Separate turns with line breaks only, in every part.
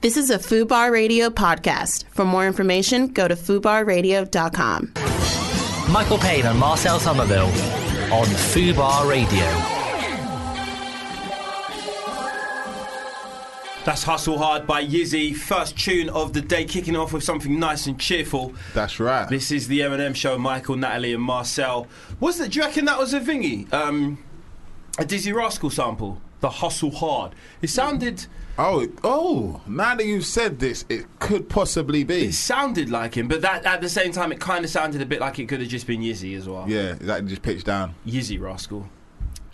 This is a FUBAR Radio podcast. For more information, go to FUBARradio.com.
Michael Payne and Marcel Somerville on Fubar Radio.
That's Hustle Hard by Yizzy. First tune of the day, kicking off with something nice and cheerful.
That's right.
This is the Eminem Show. Michael, Natalie, and Marcel. Was that? Do you reckon that was a thingy? Um, a Dizzy Rascal sample. The Hustle Hard. It sounded.
oh, it- oh! Now that you've said this, it could possibly be.
It sounded like him, but that at the same time, it kind of sounded a bit like it could have just been Yizzy as well.
yeah, that just pitched down.
Yizzy Rascal.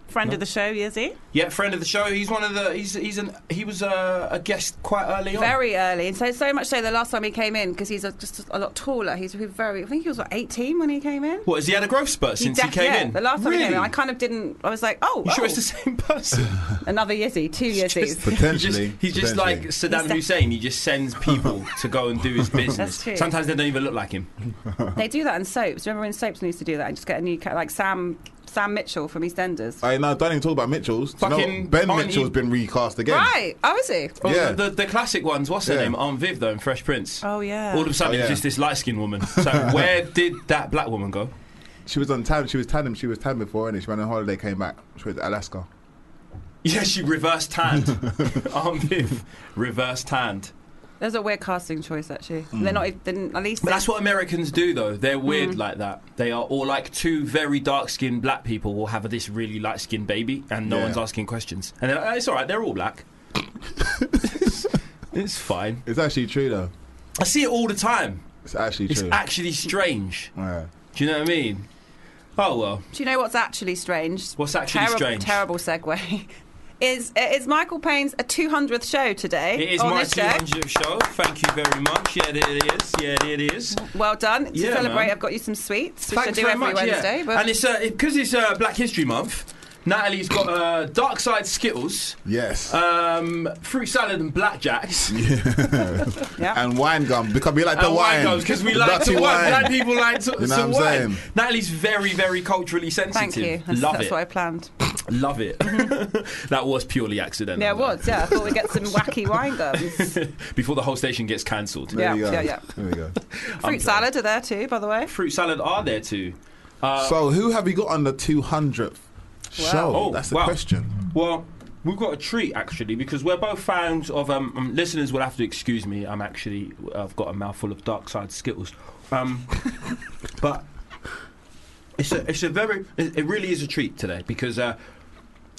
Friend of the show, Yizzy.
Yeah, friend of the show. He's one of the. He's he's an he was a, a guest quite early on.
Very early. And so, so much so the last time he came in, because he's a, just a lot taller, he's very, I think he was, what, 18 when he came in?
What has he had a growth spurt since he,
def-
came
yeah,
in?
The last time
really?
he came in, I kind of didn't, I was like, oh,
You sure
oh,
it's the same person?
another Yizzy, two Yizzies.
He's just,
Potentially,
he's just like
potentially.
Saddam
He's def-
Hussein. He just sends people to go and do his business.
That's true.
Sometimes they don't even look like him.
They do that in soaps. Remember when soaps used to do that and just get a new cat, like Sam Sam Mitchell from EastEnders.
Hey, no, don't even talk about Mitchell's. Do you know what?
Fucking
ben
Barney-
Mitchell's been recast again.
Right? Oh, is he?
Oh,
Yeah.
the, the, the classic ones. What's her
Yeah.
name? Aunt Viv though in Fresh Prince.
Oh, yeah.
All of a sudden
Oh,
it was
yeah.
just this light skinned woman. So where did that black woman go?
She was on time. She was tandem. She was tandem before, and she went on holiday, came back. She went to Alaska.
Yeah, she reverse tanned. Aunt Viv reverse tanned.
Those are weird casting choice, actually. They're not. even- They're, not- at least
Hmm. But that's what Americans do, though. They're
Mm.
weird like that. They are, or like two very dark-skinned black people will have this really light-skinned baby, and no
Yeah.
one's asking questions. And they're like, "Oh, it's all right. They're all black. it's fine.
It's actually true though.
I see it all the time.
It's actually
It's
true.
actually strange.
yeah.
Do you know what I mean? Oh well.
Do you know what's actually strange?
What's actually
terrible,
strange?
Terrible segue. Is is Michael Payne's a 200th show today?
It is
on
my
Oh, this show.
200th show. Thank you very much. Yeah, there it is. Yeah, there it is.
Well done. To
Yeah,
celebrate,
man.
I've got you some sweets, which
Thanks
I do
very
every
much, yeah.
Wednesday. But
And it's because it's uh, Black History Month. Natalie's got uh, Dark Side Skittles.
Yes.
um, fruit salad and blackjacks.
yeah.
and wine gum because we like the
And wine
wine.
goes because we like to
Dirty
wine.
wine.
Black people like to,
You know
to
what I'm
wine.
saying?
Natalie's very, very culturally sensitive.
Thank you. That's,
Love
that's
it.
what I planned.
Love it. that was purely accidental.
Yeah, it was. Yeah, I thought we'd get some wacky wine gums.
Before the whole station gets cancelled.
There you
Yeah,
go.
yeah, yeah.
There we go.
Fruit salad are there too, by the way.
Fruit salad are there too. Uh,
so who have we got on the two hundredth show?
Oh,
That's the
wow.
question.
Well, we've got a treat actually because we're both fans of. Um, um, listeners will have to excuse me. I'm actually I've got a mouthful of dark side skittles, um, but it's a it's a very it it really is a treat today because uh,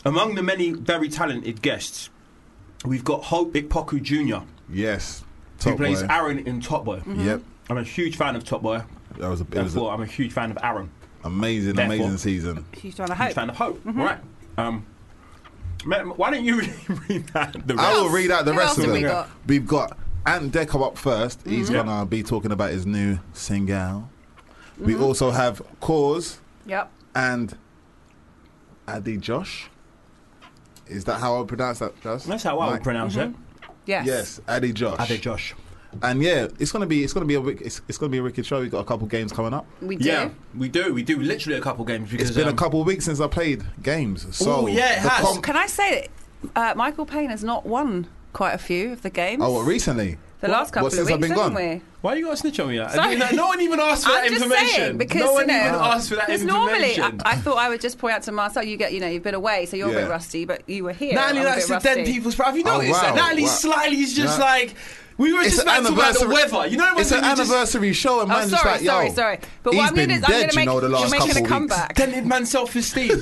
among the many very talented guests, we've got Hope Ikpoku Jr.
Yes.
who
Top
plays
boy.
Aaron in Top Boy.
Yep.
I'm a huge fan of Top Boy.
That was a, it was an
Therefore, I'm a huge fan of Aaron.
amazing,
Therefore.
amazing season.
Huge amount of
Huge
hope.
fan of Hope.
Mm-hmm.
All right. Um, ma- why don't you read, read that? The
I
rest?
will read out the
Who
rest
else
of
have
them.
we got? Mm-hmm.
We've got Ant Decker up first. He's
Yeah.
gonna be talking about his new single. We
Mm-hmm.
also have Cause
Yep.
and Adi Josh. Is that how I would pronounce that? Josh?
That's how I would
Mike?
pronounce it.
Mm-hmm. Yes.
Yes, Adi Josh.
Ade Josh.
And yeah, it's gonna be it's gonna be a wick- it's, it's gonna be a wicked show. We've got a couple games coming up.
We do.
Yeah, we do. We do literally a couple games because
It's been
um,
a couple weeks since I played games. So
Ooh, yeah, it
the
has.
com-
Can I say that uh, Michael Payne has not won quite a few of the games?
oh, what, recently.
the last couple
what,
of
since
weeks,
I've been
haven't
gone?
we?
Why you got to snitch on me? Like?
Sorry.
No- No one even asked for
I'm
that
just
information.
saying, because,
no one
you know,
even asked for that
Because normally,
information.
I, I thought I would just point out to Marcel, you get, you know, you've been away, so you're a
Yeah.
bit rusty, but you were here.
Natalie
I'm a
likes
bit
the dead
rusty.
people's pride. Have you
Oh,
noticed that?
wow,
Natalie's
wow.
slightly is just
Yeah.
like we were just about to talk about the weather. You know, when
it's an
you just-
anniversary show, and
Oh,
man's just
sorry,
like, yo,
sorry, sorry. But what
he's
I'm
been
going to do is I'm
dead,
going to
you
make,
know, the last
you're making
couple
a
weeks.
comeback.
dented man's self-esteem.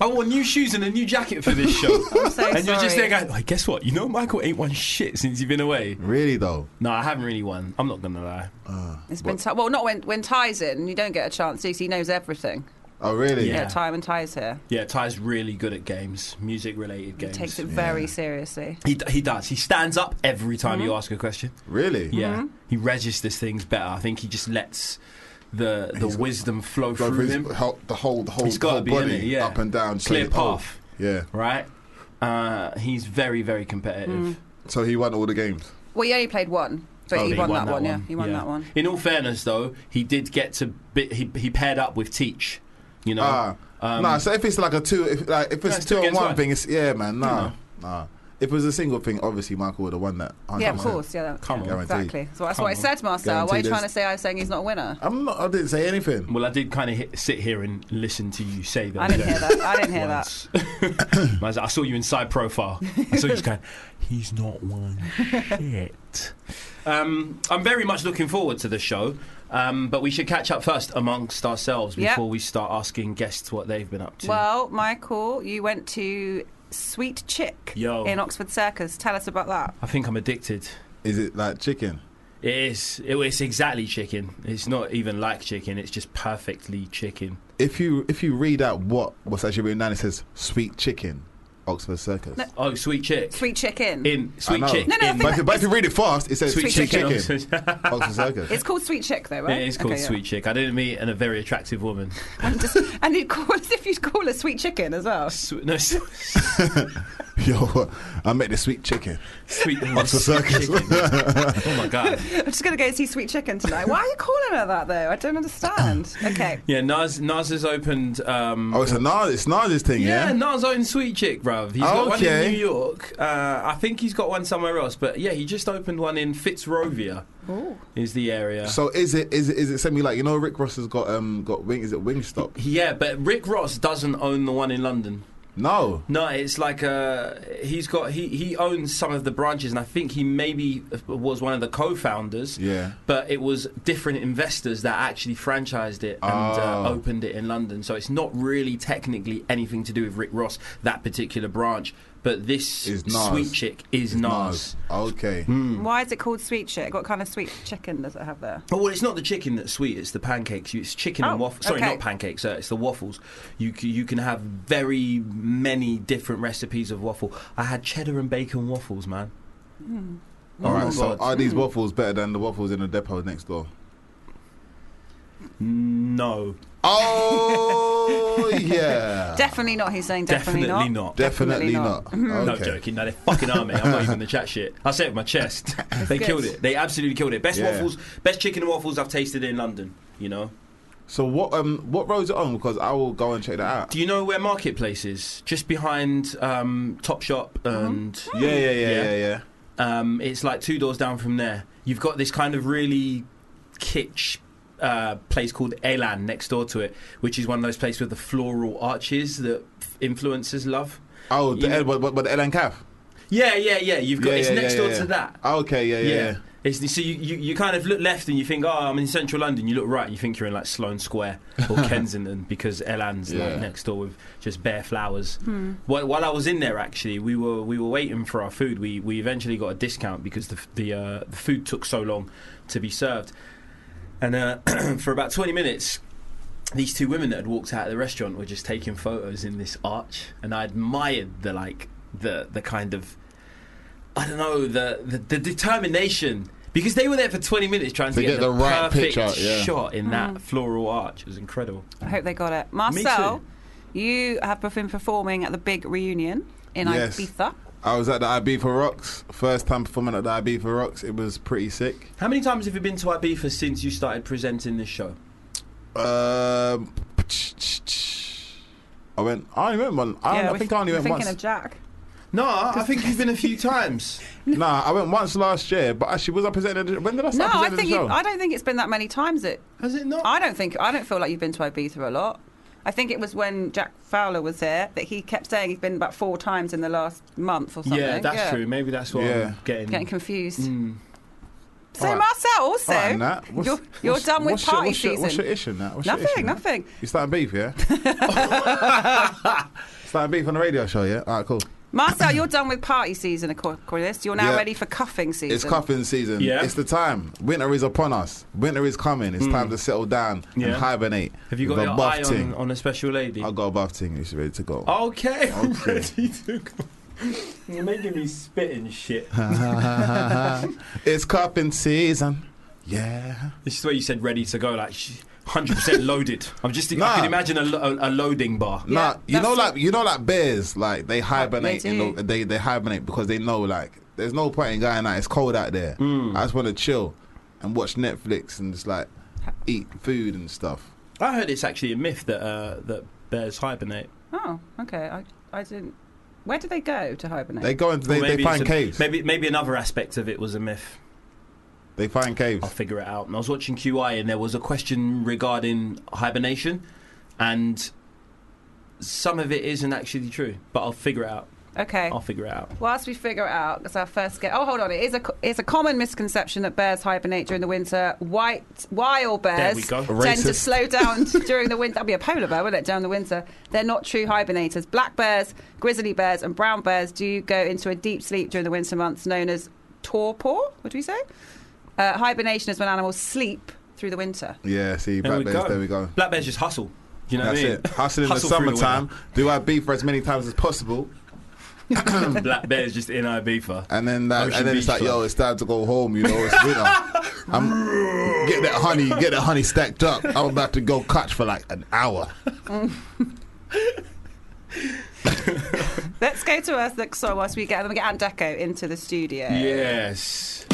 I wore new shoes and a new jacket for this show.
so
and you're just
sorry.
there going, like, guess what? You know, Michael ain't won shit since you've been away.
Really though, Uh,
No, I haven't really won. I'm not gonna lie.
It's been ti well, not when when Ty's in, you don't get a chance because he knows everything.
oh really?
Yeah.
Yeah, Ty and Ty's here.
Yeah, Ty's really good at games, music-related
He
games.
takes it very seriously.
He, d- he does. He stands up every time
Mm-hmm.
you ask a question.
really.
Yeah. He registers things better. I think he just lets the the wisdom flow
Go
through,
for his,
him.
whole- the whole the whole,
It's gotta
whole
be,
body
innit? Yeah.
up and down, so
Clear
you- oh,
path.
yeah.
Right? Uh, he's very, very competitive.
So he won all the games.
Well, he only played one, Mm. but
Oh,
he,
he
won, that one. Yeah, he won that one.
In all fairness, though, he did get to. Bi- he, he paired up with Teach, you know?
Ah,
Um,
nah. So if it's like a two, if like if
it's
it's
two
two on
against
one
one.
thing, it's yeah, man. Nah, nah. If it was a single thing, obviously Michael would have won that. 100%.
Yeah, of course. Yeah, that-
Come on.
yeah, exactly. So that's what I
Come
said, Marcel. Why are you
Guaranteed
trying to
this.
say I'm saying he's not a winner?
I'm not, I didn't say anything.
Well, I did kind of sit here and listen to you say that.
I didn't hear that. I didn't hear that.
once. I was like, I saw you inside profile. I saw you just going, he's not one shit. Um, I'm very much looking forward to the show, um, but we should catch up first amongst ourselves
Yep.
before we start asking guests what they've been up to.
Well, Michael, you went to Sweet Chick
Yo.
in Oxford Circus. Tell us about that.
I think I'm addicted.
Is it like chicken?
It is. It, it's exactly chicken. It's not even like chicken. It's just perfectly chicken.
If you if you read out what what's actually written down, it says sweet chicken, Oxford Circus.
No,
Oh, sweet chick.
Sweet Chick Inn.
in
I
sweet
know.
chick.
No, no, I
in,
But, if, you- but if you read it fast, it says
sweet,
sweet,
chicken.
chicken, Oxford Circus.
It's called Sweet Chick, though, right?
It is called
Okay, yeah.
sweet chick. I didn't meet an, a very attractive woman.
And just- and you'd call us if you'd call us Sweet Chicken as well.
Sweet, no, s-
Yo, I met the sweet chicken.
sweet
Oxford Circus.
chicken. oh my god.
I'm just going to go see Sweet Chicken tonight. Why are you calling her that, though? I don't understand. Okay.
Yeah, Nas Nas has opened. Um,
Oh, it's a Nas, it's Nas's thing,
yeah.
yeah?
Nas owned Sweet Chick, bruv. He's got one
Okay.
in New York. Uh, I think he's got one somewhere else, but yeah, he just opened one in Fitzrovia. Is the area.
So is it is it is it semi like you know Rick Ross has got um got wing is it Wingstop?
yeah, but Rick Ross doesn't own the one in London.
No.
No, it's like uh, he's got he, he owns some of the branches, and I think he maybe was one of the co-founders.
Yeah.
But it was different investors that actually franchised it and uh,
Oh.
opened it in London. So it's not really technically anything to do with Rick Ross that particular branch. But this
Is Nas.
sweet chick is Nas.
Okay.
Why is it called Sweet Chick? What kind of sweet chicken does it have there?
Oh, well, it's not the chicken that's sweet; it's the pancakes. You- It's chicken
Oh,
and waffles. Sorry,
okay.
not pancakes. Uh, it's the waffles. You c- you can have very many different recipes of waffle. I had cheddar and bacon waffles, man.
Hmm.
All
Oh my
right. So
God.
are these waffles better than the waffles in the depot next door?
No,
Oh yeah.
Definitely not. He's saying definitely,
definitely,
not. Hmm.
not. Hmm.
Definitely,
Definitely
not.
No
Oh, Okay.
joking. No, they fucking are, mate. I'm not even the chat shit. I said it with my chest. they
good.
killed it. They absolutely killed it. Best
Yeah.
waffles, best chicken and waffles I've tasted in London. You know.
So what um what roads are on? Because I will go and check that out.
Do you know where Marketplace is? Just behind um, Top Shop
Mm-hmm.
and
Yeah,
Mm.
yeah, yeah,
Yeah.
yeah, yeah.
um, it's like two doors down from there. You've got this kind of really kitsch uh, place called Elan next door to it, which is one of those places with the floral arches that f- influencers love.
Oh, the
You-
Ed, but, but, but the Ellen Calf.
Yeah, yeah, yeah. You've got
Yeah,
it's
yeah,
next
yeah,
door
yeah. Ah,
to that.
Okay, yeah, yeah. yeah.
It's the, so you, you, you kind of look left and you think, oh, I'm in central London. You look right and you think you're in like Sloane Square or Kensington because Elan's
Yeah.
like next door with just bare flowers. While, while I was in there, actually, we were we were waiting for our food. We we eventually got a discount because the f- the, uh, the food took so long to be served, and uh, for about 20 minutes. These two women that had walked out of the restaurant were just taking photos in this arch, and I admired the like the the kind of I don't know the the, the determination because they were there for 20 minutes trying to,
To get the right
perfect
picture, yeah.
shot in
Mm.
that floral arch. It was incredible.
I hope they got it. Marcel, you have been performing at the big reunion in
Yes. Um,
Ibiza.
I was at the Ibiza Rocks. First time performing at the Ibiza Rocks. It was pretty sick.
How many times have you been to Ibiza since you started presenting this show?
Um, I went. I only went one. I,
Yeah,
I
we're
think I only
we're
went
thinking
once.
of Jack.
No, I think you've been a few times.
Nah, I went once last year, but actually, was I presented? When did I
No,
start
I
presenting
think
the
you,
show?
I don't think it's been that many times. It,
Has it not?
I don't think I don't feel like you've been to Ibiza a lot. I think it was when Jack Fowler was here that he kept saying he's been about four times in the last month or something.
yeah, that's true. Maybe that's what
Yeah.
I'm getting.
Getting confused.
Mm.
So
Hmm. Alright.
Marcel, also,
All right, Nat, what's-
you're, you're
what's-
done with
what's your-
party
what's your-
season.
What's your issue, Nat? What's your
nothing,
issue, Nat?
nothing.
You starting beef, yeah? starting beef on the radio show, yeah? All right, cool.
Marcel, you're done with party season, according to this. You're now
Yeah.
ready for cuffing season.
It's cuffing season.
Yeah.
It's the time. Winter is upon us. Winter is coming. It's time to settle down and
Hmm. Yeah.
hibernate.
Have you got
With a
your
buff
eye
ting.
on, Oh. on a special lady?
I got a buff ting. It's ready to go.
Okay, I'm
Okay.
ready to go. You're making me spit and shit.
it's cuffing season. Yeah.
This is where you said ready to go, like sh- 100% loaded. I'm just, I
Nah.
can imagine a, lo- a, a loading bar.
Yeah,
nah, you know,
that's
like you know, like bears, like they hibernate.
they
in
do.
the, they they hibernate because they know, like, there's no point in going out. It's cold out there.
Hmm.
I just want to chill and watch Netflix and just like eat food and stuff.
I heard it's actually a myth that uh, that bears hibernate.
Oh, okay. I, I didn't. Where do they go to hibernate?
They go into they,
Or maybe
they
it's
find
a-
caves.
Maybe maybe another aspect of it was a myth.
They find caves.
I'll figure it out. And I was watching QI, and there was a question regarding hibernation, and some of it isn't actually true. But I'll figure it out.
okay.
I'll figure it out.
Whilst we figure it out, that's our first get. Oh, hold on. It is a, co- it's a common misconception that bears hibernate during the winter. White, wild
There
bears
we go.
tend to
Racist.
slow down during the winter. That'd be a polar bear, wouldn't it? Down the winter. They're not true hibernators. Black bears, grizzly bears, and brown bears do go into a deep sleep during the winter months known as torpor. What do we say? Uh, hibernation is when animals sleep through the winter.
Yeah, see,
There
black
we
bears,
go.
there we go.
Black bears just hustle. You know
That's
what I mean?
it. Hustle in the
Hustle through the
summertime. Do I beef as many times as possible?
Black bears just in Ibiza.
And then that,
Ocean
and then it's
Beach
like,
Club.
yo, it's time to go home. You know, it's winter. I'm, get that honey, get that honey stacked up. I'm about to go catch for like an hour.
Let's go to Earth Looks So whilst we get, then we get Ant Deco into the studio.
Yes.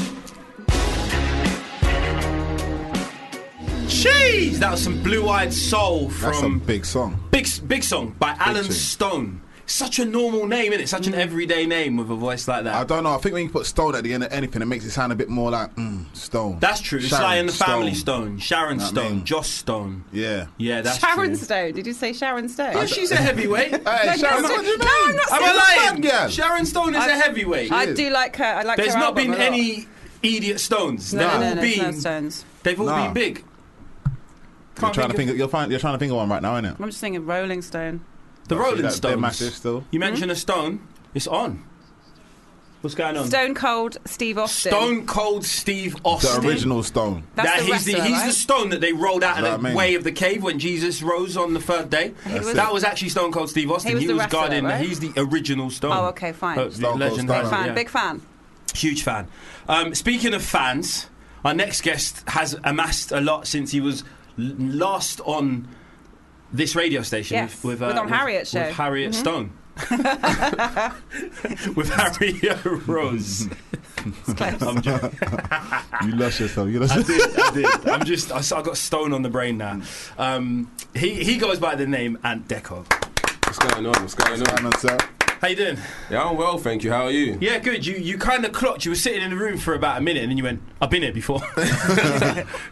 Jeez, that was some blue-eyed soul
That's
from
a big song.
Big Big Song by Alan
tune.
Stone. Such a normal name, isn't it? Such an everyday name with a voice like
I
that.
don't know. I think when you put stone at the end of anything, it makes it sound a bit more like mm, stone.
That's true. It's
Sharon
like in the family Stone, Sharon
Know what I
Stone,
mean?
Joss Stone.
Yeah.
Yeah, that's
Sharon
true.
Stone. Did you say Sharon Stone?
Yeah, she's a heavyweight.
Hey, Sharon,
no,
what do you
no,
mean?
I'm not
Am
saying
I
Bad
lying?
girl.
Sharon Stone is a
I-
heavyweight.
I do like her. I like
There's
her
not
album
been
a lot.
any idiot Stones.
No,
They've
no,
all
no, no,
been.
no stones.
They've all
Nah.
been big.
You're
Can't
trying to
think
think. You're, find, you're trying to think of one right now, ain't it?
I'm just thinking Rolling Stone.
of- the Rolling
That- They're
Stones.
massive still.
Hmm?
You mention a stone, it's on. What's going on?
Stone Cold Steve Austin.
Stone Cold Steve
The
Austin.
original stone.
That's
that
the
he's, the,
wrestler,
he's
right?
the stone that they rolled out of
Know
the
what I mean?
way of the cave when Jesus rose on the third day.
was-
that was actually Stone Cold Steve Austin.
He was the wrestler,
guarding.
right?
He's the original stone.
Oh, okay, fine.
Uh, the
Stone Cold
legend
Stone.
has it,
fan,
yeah.
big fan.
Huge fan. Um, speaking of fans, our next guest has amassed a lot since he was l- last on this radio station
Yes,
with, with,
with on Harriet's
with
show. Mm-hmm.
Harriet Stone. with Harriet Rose.
It's close.
I'm joking.
You lost yourself. You lost
I did, I did. I'm just, I, s- I got stone on the brain now. Um, he, he goes by the name Ant Deco.
What's going on? What's going on?
yourself.
How you doing?
Yeah, I'm well, thank you. How are you?
Yeah, good. You you kind of clocked. You were sitting in the room for about a minute, and then you went, "I've been here before."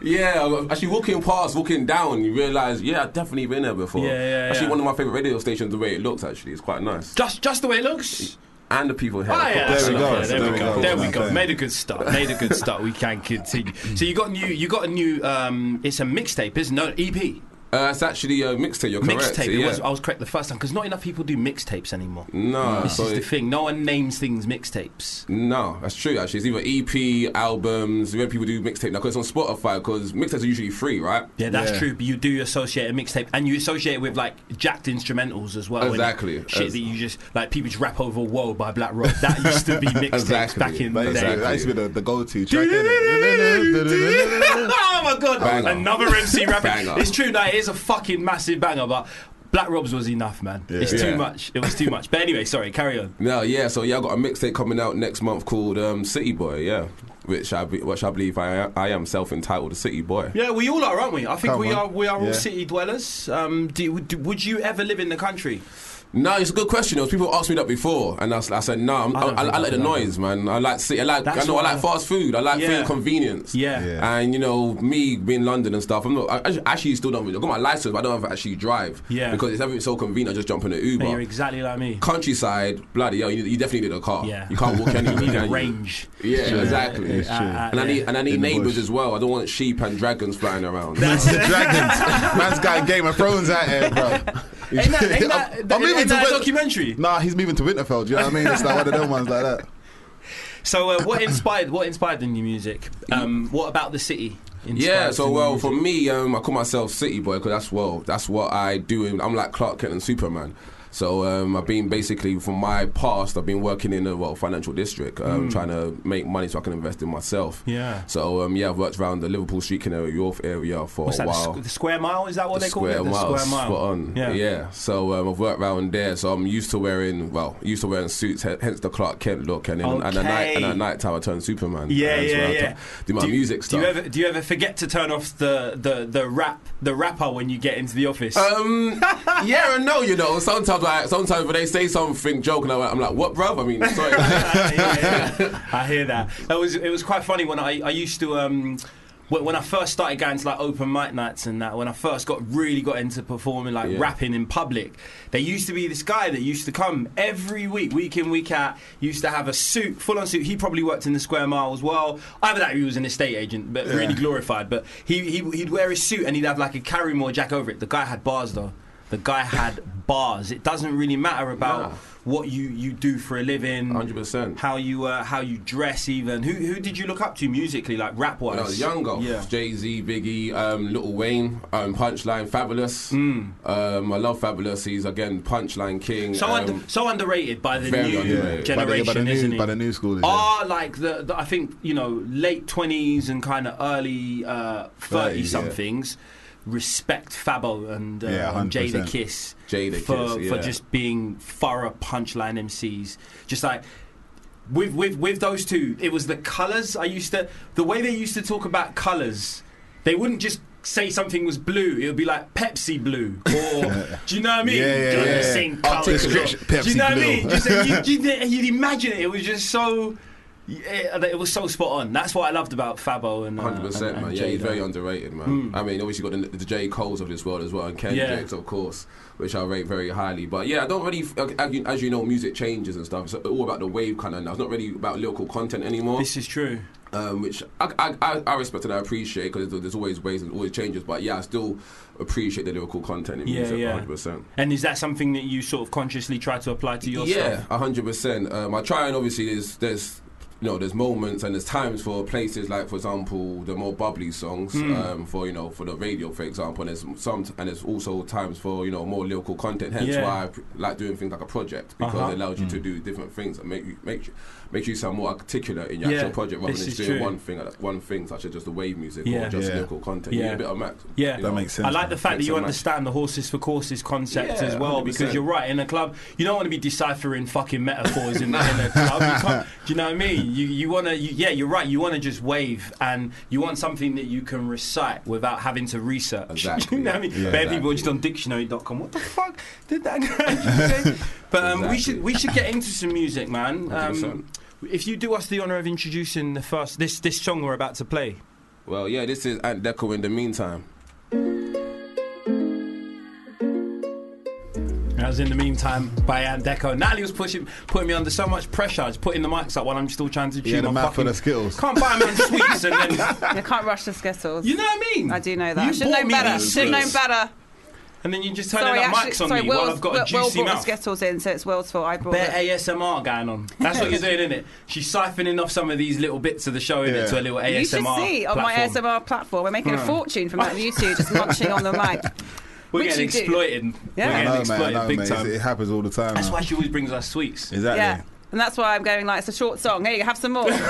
Yeah, I'm actually walking past, walking down, you realise, yeah, I've definitely been there before.
Yeah, yeah,
Actually,
yeah.
one of my favourite radio stations, the way it looks, actually, it's quite nice.
just just the way it looks.
And the people here.
Ah,
of
yeah,
course.
that's
There we
enough. Yeah,
go.
there, we go. There we go.
Okay.
Made a good start. Made a good start. We can continue. So you got new. You got a new. Um, it's a mixtape, isn't it? No, EP.
Uh, it's actually a mixtape, you're correct.
Mixtape. It
yeah.
was. I was correct the first time because not enough people do mixtapes anymore.
no,
This
so
is the
it-
thing. No one names things mixtapes.
no, that's true, actually. It's either EP, albums, where people do mixtape now, because it's on Spotify, because mixtapes are usually free, right?
Yeah, that's
Yeah.
true. But you do associate a mixtape, and you associate it with like jacked instrumentals as well. and
Exactly.
Shit
As-
that you just like people just rap over "Whoa" by Black Rock. That used to be mixtapes
Exactly.
back in
That
the
used,
day.
to, that used to be the, the go-to track. innit?
oh my god!
Banger.
Another MC rapping.
Banger.
It's true that it is a fucking massive banger, but Black Rob's was enough, man. It's too
Yeah.
much. It was too much. But anyway, sorry. Carry on.
No, yeah, so yeah, I got a mixtape coming out next month called um, City Boy, yeah, which I be, which I believe I am, I am self entitled to City Boy.
Yeah, we all are, aren't we? I think
Come
we
on.
are. We are all
Yeah.
city dwellers. Um, do, do, would you ever live in the country?
No, it's a good question. It was people asked me that before, and I, s- I said no. I'm, I,
I don't think
I, I like
I'd
the
like
noise, man. I like city. I like.
That's
I know. I
why-
like fast food. I like
Yeah.
food convenience.
Yeah.
Yeah.
And you know, me being London and stuff. I'm not. I, I actually still don't. really- I got my license, but I don't ever actually drive.
Yeah.
Because it's everything so convenient. I just jump in an Uber.
Mate, you're exactly like me.
Countryside, bloody hell, you, you definitely need a car.
Yeah.
You can't walk anywhere.
You need a
can you?
range.
Yeah, exactly.
It's true.
Uh,
And I need and I need
In the
neighbours
bush.
as well. I don't want sheep and dragons flying around.
Dragons. Man's got Game of Thrones out here, bro.
Ain't that, ain't that,
I'm-
ain't
I'm moving
that
to
a
Wed-
documentary?
Nah, he's moving to Winterfell. Do you know what I mean? It's like one of them ones like that.
So, uh, what inspired what inspired the new music? Um, what about the city? inspired
Yeah,
the
so
new
well
music?
for me, um, I call myself City Boy because that's well, that's what I do. And I'm like Clark Kent and Superman. So um, I've been basically from my past, I've been working in a well financial district, um, trying to make money so I can invest in myself.
Mm. Yeah.
So um, yeah, I've worked around the Liverpool Street, Canary Wharf area for
What's
a
that, the,
while.
squ- the square mile? Is that what
The
they call it?
square
The
mile,
square mile.
spot on.
Yeah.
Yeah, So um, I've worked around there, so I'm used to wearing well, used to wearing suits, he- hence the Clark Kent look, and then and at night
Okay.
and at night time I turn Superman.
Yeah,
And so
yeah,
I
yeah.
Do my
you-
music stuff.
Do you ever do you ever forget to turn off the the the rap the rapper when you get into the office?
Um, yeah and no, you know. Sometimes sometimes, like, sometimes when they say something joking, I'm like, I'm like, what, bruv? I mean, sorry.
Yeah, yeah, yeah. I hear that. That was it was quite funny when I, I used to um wh- when I first started going to like open mic nights and that when I first got really got into performing like
Yeah.
rapping in public there used to be this guy that used to come every week week in week out used to have a suit full on suit he probably worked in the square mile as well either that or he was an estate agent but really glorified but he, he he'd wear his suit and he'd have like a carry more jack over it the guy had bars though the guy had bars it doesn't really matter about
Nah.
what you, you do for a living
100%.
how you uh, how you dress even who who did you look up to musically like rap wise
When I was younger,
yeah
Jay Z, Biggie, um, Little Wayne, um, Punchline, Fabulous. Um, I love Fabulous. He's again Punchline King.
Hmm. so
um,
under, so underrated by the
very
new
underrated.
By the,
generation
by the
isn't
new,
he Ah.
by the new school. is it?
are like the, the I think you know late twenties and kind of early thirty
30s, yeah.
somethings. Respect Fabo and, uh,
Yeah,
and Jay the
100%.
Kiss
Jay the
for
Kiss,
for
yeah.
just being thorough punchline MCs. Just like with with with those two, it was the colors. I used to the way they used to talk about colors. They wouldn't just say something was blue. It would be like Pepsi blue, or do you know what I mean?
Yeah, yeah,
Just
yeah.
saying
I'll take
colours.
description,
do you know
Pepsi
what I
blue.
mean? Just, you, you, you'd imagine it. It was just so. Yeah, it was so spot on. That's what I loved about Fabo and uh,
Hundred
and-
percent,
and Hmm.
man. Yeah, he's
Jada.
very underrated, man. I mean, obviously you got the, the J Coles of this world as well, and Kendrick's, of course, which I rate very highly. But yeah, I don't really, uh, as you, as you know, music changes and stuff. It's all about the wave kind of now. It's not really about lyrical content anymore,
This is true.
um, which I, I, I, I respect and I appreciate because there's always ways and always changes. But yeah, I still appreciate the lyrical content in
Yeah,
music,
yeah.
hundred percent.
And is that something that you sort of consciously try to apply to your
Yeah,
stuff?
hundred percent. Um, I try and obviously there's there's you know there's moments and there's times for places like for example the more bubbly songs
Hmm.
um, for you know for the radio for example. And there's some and there's also times for you know more lyrical content. Hence
Yeah.
why I pr- like doing things like a project because
Uh-huh.
it allows you to do different things and make you make you makes you sound more articulate in your
Yeah,
actual project rather
this
than just
is
doing
true.
one thing at- one thing such as just the wave music
Yeah.
or just
Yeah.
lyrical content.
Yeah.
You need a bit of max.
Yeah.
you
that
know.
makes sense.
I like the fact that
Mix
you
and match.
understand the horses for courses concept
Yeah,
as well, because
100%.
you're right. In a club, you don't want to be deciphering fucking metaphors in, in a club. You can't- do you know what I mean? You you want to, you, yeah, you're right. You want to just wave, and you want something that you can recite without having to research.
Exactly.
you know what I mean?
Yeah,
Bare
exactly.
people are just on dictionary.com. What the fuck did that guy say? But um, we
Exactly.
should we should get into some music, man. Um,
100%.
if you do us the honor of introducing the first this this song we're about to play.
Well, yeah, this is Ant Deco in the meantime.
I was in the meantime by Ant Deco. Natalie was pushing, putting me under so much pressure. I was putting the mics up while I'm still trying to chew
Yeah, the
my
mouth
fucking
full of Skittles.
Can't buy man sweets and then
I can't rush the Skittles.
you know what I mean.
I do know that.
You
I should
bought
know
me
better.
these
Should know
sweets.
better.
And then you're just turning up
actually-
mics on
sorry,
me
Will's,
while I've got
Will,
a juicy
Will brought
mouth.
the Skittles in, so it's Will's fault. I brought
Bare
them.
ASMR going on. That's what you're doing, isn't it? She's siphoning off some of these little bits of the show in
Yeah.
it to a little ASMR.
You should see on my
platform.
ASMR platform. We're making a fortune from that you two just munching on the mic.
We're
which
getting
you do.
exploited.
Yeah.
We're getting
I know, man. I
exploited
know,
big
man. It's-
time.
It happens all the time.
That's
man.
why she always brings us sweets.
Exactly.
Yeah. And that's why I'm going like, it's a short song. Here you go, have some more.
You're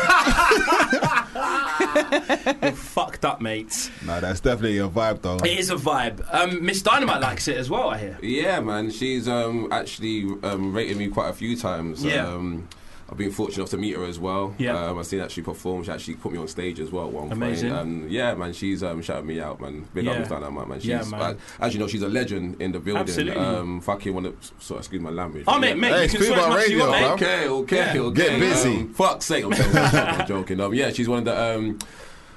fucked up, mates.
No, that's definitely your vibe, though.
It is a vibe. Um, Miss Dynamite likes it as well, I hear.
Yeah, man. She's um, actually um, rated me quite a few times.
Yeah.
Um, I've been fortunate enough to meet her as well.
Yeah.
Um, I've seen her actually perform. She actually put me on stage as well at one
Amazing.
point. And yeah, man, she's um, shouting me out, man. Big
Yeah.
up with Dynamite, man. She's,
Yeah, man.
uh, as you know, she's a legend in the building.
Absolutely.
Um, fucking one of, so excuse my language.
Oh, mate, mate,
Hey,
you
it's
can swear as
Fubar
much as you want, mate.
Radio, bro.
Okay, okay,
Yeah.
okay.
Get busy.
Um, fuck's sake. I'm joking. I'm joking. Um, yeah, she's one of the. Um,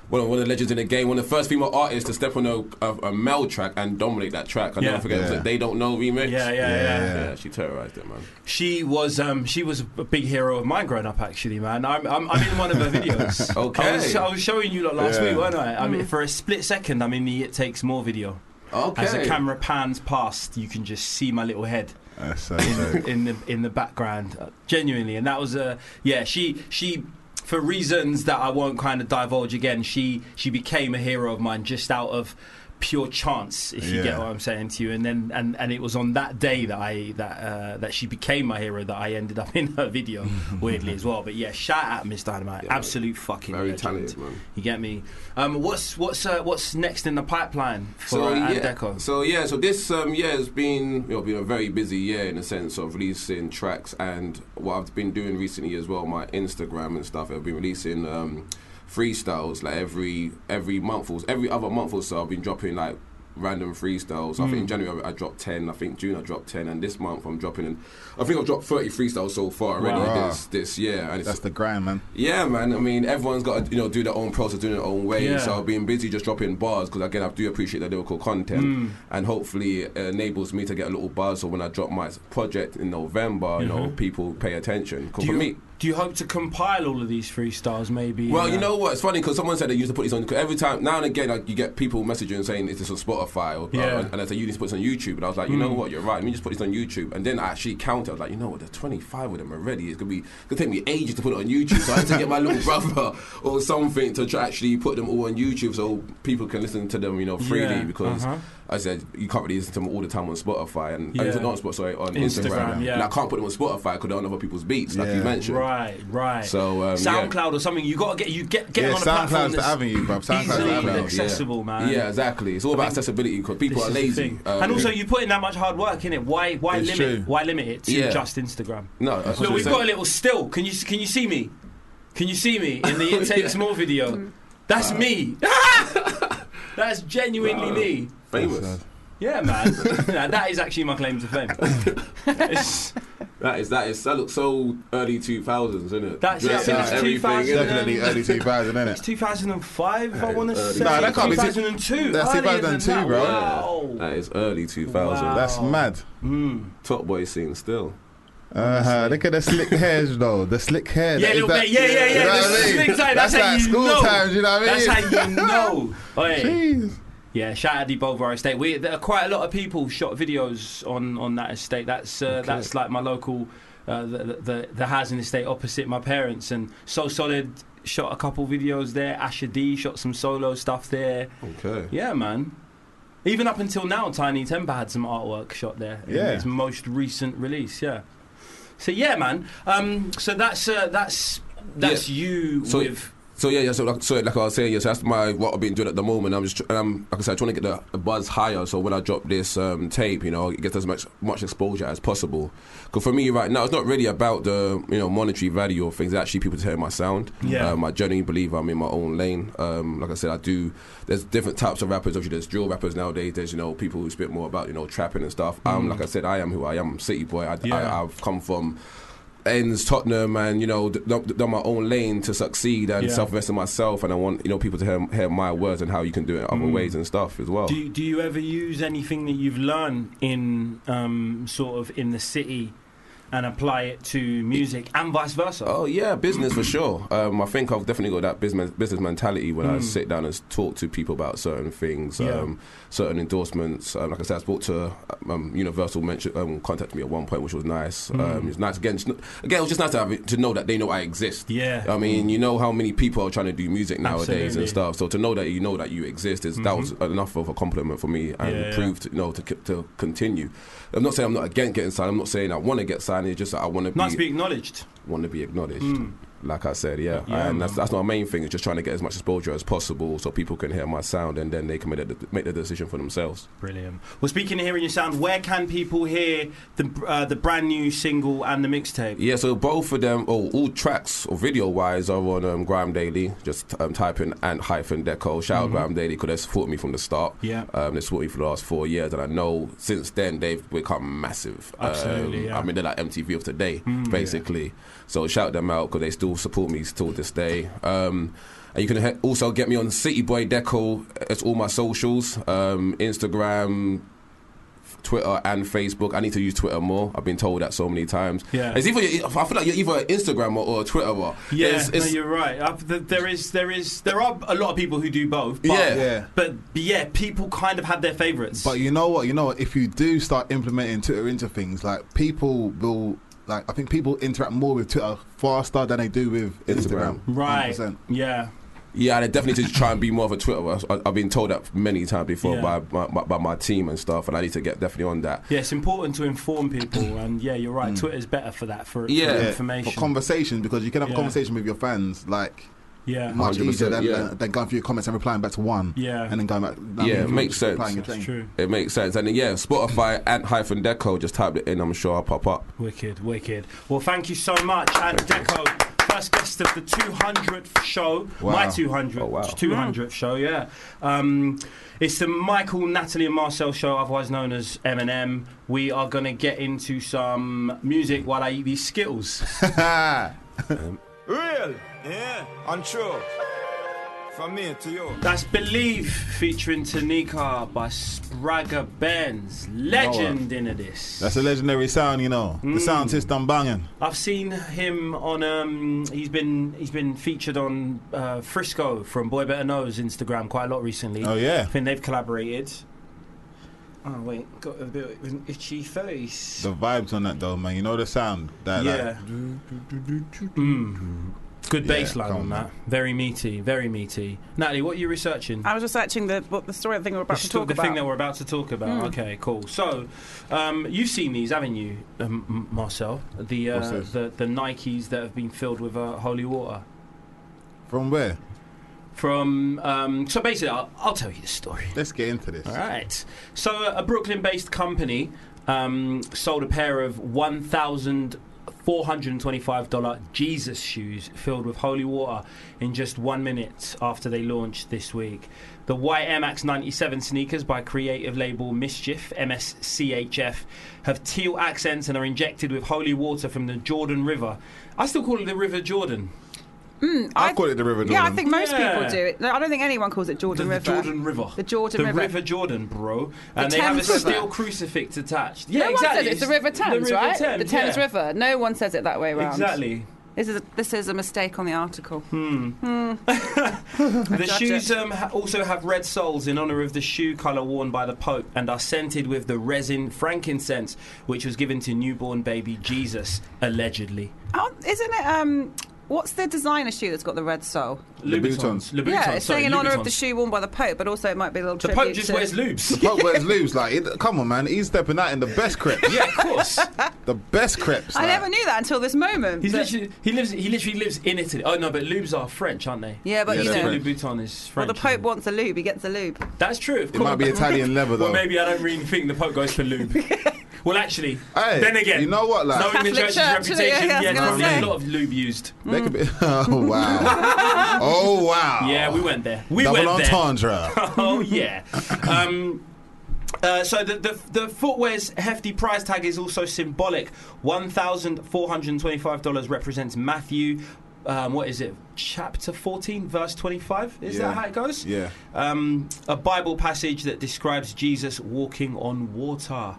one of, one of the legends in the game, one of the first female artists to step on a, a, a male track and dominate that track. I
Yeah.
never forget, it was
Yeah.
a They Don't Know remix.
Yeah, yeah, yeah.
Yeah, she terrorized it, man.
She was um, she was a big hero of mine growing up. Actually, man, I'm I'm, I'm in one of her videos.
Okay.
I was, I was showing you lot last
Yeah.
week, weren't I? I mean, for a split second, I'm in the "It Takes More" video.
Okay.
As the camera pans past, you can just see my little head
That's so dope.
in the in the background, uh, genuinely. And that was a yeah. She she for reasons that I won't kind of divulge again. She she became a hero of mine just out of pure chance, if you
Yeah.
get what I'm saying to you. And then and, and it was on that day that I that uh, that she became my hero that I ended up in her video, weirdly as well. But yeah, shout out Miss Dynamite,
Yeah,
absolute fucking
Very
legend.
talented, man.
You get me? Um, what's what's uh, what's next in the pipeline for
So
uh, Ant
yeah,
Deco?
so yeah, so this um, year has been you know been a very busy year in the sense of releasing tracks and what I've been doing recently as well, my Instagram and stuff. I've been releasing um, freestyles like every every month or every other month or so. I've been dropping like random freestyles.
Hmm.
I think in January I, I dropped ten. I think June I dropped ten, and this month I'm dropping. And I think I've dropped thirty freestyles so far already
Wow.
this this year. And it's
That's the grind, man.
yeah, man. I mean, everyone's got to you know do their own process, do their own way.
Yeah.
So I've been busy just dropping bars because again, I do appreciate the lyrical content,
Mm.
and hopefully it enables me to get a little buzz. So when I drop my project in November, you know, people pay attention. 'Cause
Mm-hmm. Do
for
you,
me,
do you hope to compile all of these freestyles? Maybe.
well,
uh,
you know what? It's funny because someone said they used to put this on. Cause every time, now and again, like, you get people messaging saying it's just on Spotify, or,
Yeah. Hmm.
uh, and I said you need to put this on YouTube. And I was like, you know what? You're right. Let me just put this on YouTube. And then I actually counted. I was like, you know what? There's 25 of them already. It's gonna be it's gonna take me ages to put it on YouTube. So I had to get my little brother or something to try actually put them all on YouTube so people can listen to them, you know, freely.
Yeah,
Because
uh-huh.
I said you can't really listen to them all the time on Spotify and,
Yeah.
and not on Spotify, sorry, on
Instagram,
Instagram.
yeah.
And I can't put them on Spotify because they're on other people's beats, like you
Yeah.
mentioned.
Right, right.
So, um, yeah.
SoundCloud or something. You gotta get you get get
Yeah,
on a platform
SoundCloud's the
that's
avenue, bruv. SoundCloud's the
easily
avenue.
accessible,
yeah.
man.
Yeah, exactly. It's all about accessibility because people
This
are
is the
lazy.
thing.
Um,
and also, you put in that much hard work in it. Why? Why
It's
limit?
true.
Why limit it to
Yeah.
just Instagram?
no, that's
Look,
what
we've
I'm
got a
saying.
little still. Can you can you see me? Can you see me in the It Takes More video? That's me. That's genuinely me.
famous.
Yeah, man. Nah, that is actually my claim to fame. It's-
That is that is that looks so early two thousands, isn't it?
That's it,
Dress
I
and
think it's
everything. innit?
2000.
Definitely
Um,
early 2000, innit?
2005, I
Hey,
want to
early
say.
uh, Nah, that can't be-
2002.
that's
earlier than
2002,
that.
bro.
Wow.
That is early two thousand.
Wow.
That's mad.
Mm.
Top boy scene still.
Uh-huh. Look at the slick hairs, though. The slick hair.
Yeah,
that is
little
that-
bit. Yeah, yeah, yeah.
You know
The
what I mean?
slick side, that's how
like
you
school
know.
times, you know what I
That's
mean?
how you know. Oi.
Jeez.
Yeah, shout out to Bovara Estate. We there are quite a lot of people shot videos on on that estate. That's uh, that's like my local uh, the, the- the the housing estate opposite my parents, and so solid shot a couple videos there. Asher D shot some solo stuff there.
Okay.
Yeah, man. Even up until now, Tiny Temper had some artwork shot there. in
Yeah.
His most recent release, yeah. So yeah, man. Um, so that's uh, that's that's you
So-
with
So yeah, yeah. So like, so like I was saying, yes, that's my what I've been doing at the moment. I'm just, tr- and I'm like I said, trying to get the, the buzz higher. So when I drop this um, tape, you know, it gets as much much exposure as possible. Because for me right now, it's not really about the you know monetary value of things. It's actually people hearing my sound.
Yeah.
Um, I genuinely believe I'm in my own lane. Um, like I said, I do. There's different types of rappers. Obviously, there's drill rappers nowadays. There's you know people who spit more about you know trapping and stuff. Um, like I said, I am who I am. City boy. I,
Mm. Yeah.
I, I've come from ends Tottenham and you know d- d- done my own lane to succeed and
Yeah.
self-invest in myself and I want you know people to hear, hear my words and how you can do it other ways and stuff as well.
Do you, do you ever use anything that you've learned in um, sort of in the city and apply it to music and vice versa?
Oh yeah, business for sure. Um, I think I've definitely got that business business mentality when I sit down and s- talk to people about certain things,
Hmm. Yeah.
um, certain endorsements. Um, like I said, I spoke to um, Universal. Mentioned, um, contacted me at one point, which was nice.
Hmm.
Um, it's nice again. It's, n- again, it was just nice to have it, to know that they know I exist.
Yeah.
I mean, you know how many people are trying to do music nowadays
Absolutely. Mm-hmm.
and stuff. So to know that you know that you exist is that was enough of a compliment for me and
Yeah, yeah.
proved you know to c- to continue. I'm not saying I'm not against getting signed. I'm not saying I want to get signed. It's just that I want to
nice to
be
be acknowledged.
want to be acknowledged. Like I said, yeah,
Hmm. Yeah,
and that's,
man.
that's my main thing is just trying to get as much exposure as possible so people can hear my sound and then they can make the, make the decision for themselves.
Brilliant. Well, speaking of hearing your sound, where can people hear the uh, the brand new single and the mixtape?
Yeah, so both of them, oh, all tracks or video wise are on um, Grime Daily. Just um, type in and hyphen Deco. Shout out Grime Daily because they supported me from the start.
Mm-hmm. Yeah.
um, they supported me for the last four years, and I know since then they've become massive.
Absolutely,
Um,
yeah. Mm,
I mean, they're like MTV of today, basically. So shout them out because they still support me till this day. Um, and you can he- also get me on City Boy Deco. It's all my socials, um, Instagram. Twitter and Facebook. I need to use Twitter more. I've been told that so many times.
Yeah.
It's either I feel like you're either an Instagram or, or a Twitter. Or.
Yeah,
It's-
no,
it's-
you're right. Uh, th- there is, there is, there are a lot of people who do both. But,
Yeah.
Yeah.
But yeah, people kind of have their favourites.
But you know what? You know what? If you do start implementing Twitter into things, like people will, like I think people interact more with Twitter faster than they do with Instagram.
Instagram.
right?
100%.
Yeah.
Yeah, and I definitely just try and be more of a Twitterer. I, I've been told that many times before
Yeah.
by, by by my team and stuff, and I need to get definitely on that.
Yeah, it's important to inform people, and yeah, you're right. Twitter's better for that, for, for
Yeah. Yeah.
information.
Mm. For conversation, because you can have
Yeah.
a conversation with your fans, like
yeah,
much
100%,
easier than,
yeah.
than, than going through your comments and replying back to one.
Yeah.
And then going back. I
Yeah, it
mean,
makes
replying
sense.
your
that's
thing.
true.
It makes sense, and then, yeah, Spotify and hyphen Deco. Just type it in. I'm sure I'll pop up.
Wicked, wicked. Well, thank you so much, and Deco, for first guest of the 200th show.
Wow.
My 200th,
Oh, wow.
200th show, yeah. Um, it's the Michael, Natalie, and Marcel show, otherwise known as M&M. We are going to get into some music while I eat these Skittles.
Real, yeah, and true. From me to you.
That's Believe featuring Tanika by Spraga Benz. Legend in of this.
That's a legendary sound, you know. The sound
Mm.
system banging.
I've seen him on. Um, he's been he's been featured on uh, Frisco from Boy Better Knows Instagram quite a lot recently.
Oh,
I
yeah.
think they've collaborated. Oh wait, got a bit of an itchy face.
The vibes on that though, man. You know the sound. That, like,
yeah. Mm. Good
Yeah,
bass line
come
on
on.
that. Very meaty. Very meaty. Natalie, what are you researching?
I was researching the what the story thing we're about
It's
to
still
talk
the
about. Hmm.
thing that we're about to talk about. Okay, cool. So, um, you've seen these, haven't you, um, M- Marcel? The, uh,
What's this?
the the Nikes that have been filled with uh, holy water.
From where?
From um, so basically, I'll, I'll tell you the story.
Let's get into this.
All right. So uh, a Brooklyn-based company um, sold a pair of one thousand four hundred and twenty-five dollar Jesus shoes filled with holy water in just one minute after they launched this week. The white Air Max 97 sneakers by creative label Mischief (MSCHF) have teal accents and are injected with holy water from the Jordan River. I still call it the River Jordan.
I
I-
call it the River
Yeah, I
Jordan.
think most
Mm. Yeah.
people do it. No, I don't think anyone calls it Jordan
the,
River.
the Jordan River.
The Jordan
the
River.
Jordan, bro. And they have a
Thames River.
steel crucifix attached. Yeah,
no
exactly.
one says it. It's the River Thames,
River
right?
Thames,
the Thames
yeah.
River. No one says it that way round.
Exactly. Hmm.
This is a, this is a mistake on the article.
The
judge
shoes um, ha- also have red soles in honor of the shoe color worn by the Pope and are scented with the resin frankincense, which was given to newborn baby Jesus, allegedly.
Oh, isn't it? Um, what's the designer shoe that's got the red sole?
Louboutins.
Louboutins,
yeah, it's
sorry,
saying in honor of the
Louboutins.
shoe worn by the Pope, but also it might be a little
The
tribute
Pope just
to-
wears lubes.
Pope wears lubes. Like, it, come on, man. He's stepping out in the best crepe.
yeah, of course.
The best crepes.
I
like.
never knew that until this moment.
He's
but-
literally, he lives. He literally lives in Italy. Oh no, but lubes are French, aren't they?
yeah, but
Yeah,
you
that's
know,
French.
Louboutin is
well,
French.
the Pope
isn't it?
wants a lube, he gets a lube.
That's true. Of
It
course.
might be Italian leather though.
Well, maybe I don't really think the Pope goes for lube. well, actually,
Hey,
then again,
you know what, like-
knowing the
Catholic
church's
Church, yeah,
reputation,
yeah,
yeah,
I was
there's
gonna
probably
say.
a lot of lube used.
They could be. Oh wow. oh wow.
Mm. Yeah, we went there. We
Double
went
entendre.
there. Oh yeah. um, uh, so the, the the footwear's hefty price tag is also symbolic. One thousand four hundred twenty-five dollars represents Matthew. Um, what is it? Chapter fourteen, verse twenty-five. Is
Yeah.
that how it goes?
yeah.
um, a Bible passage that describes Jesus walking on water.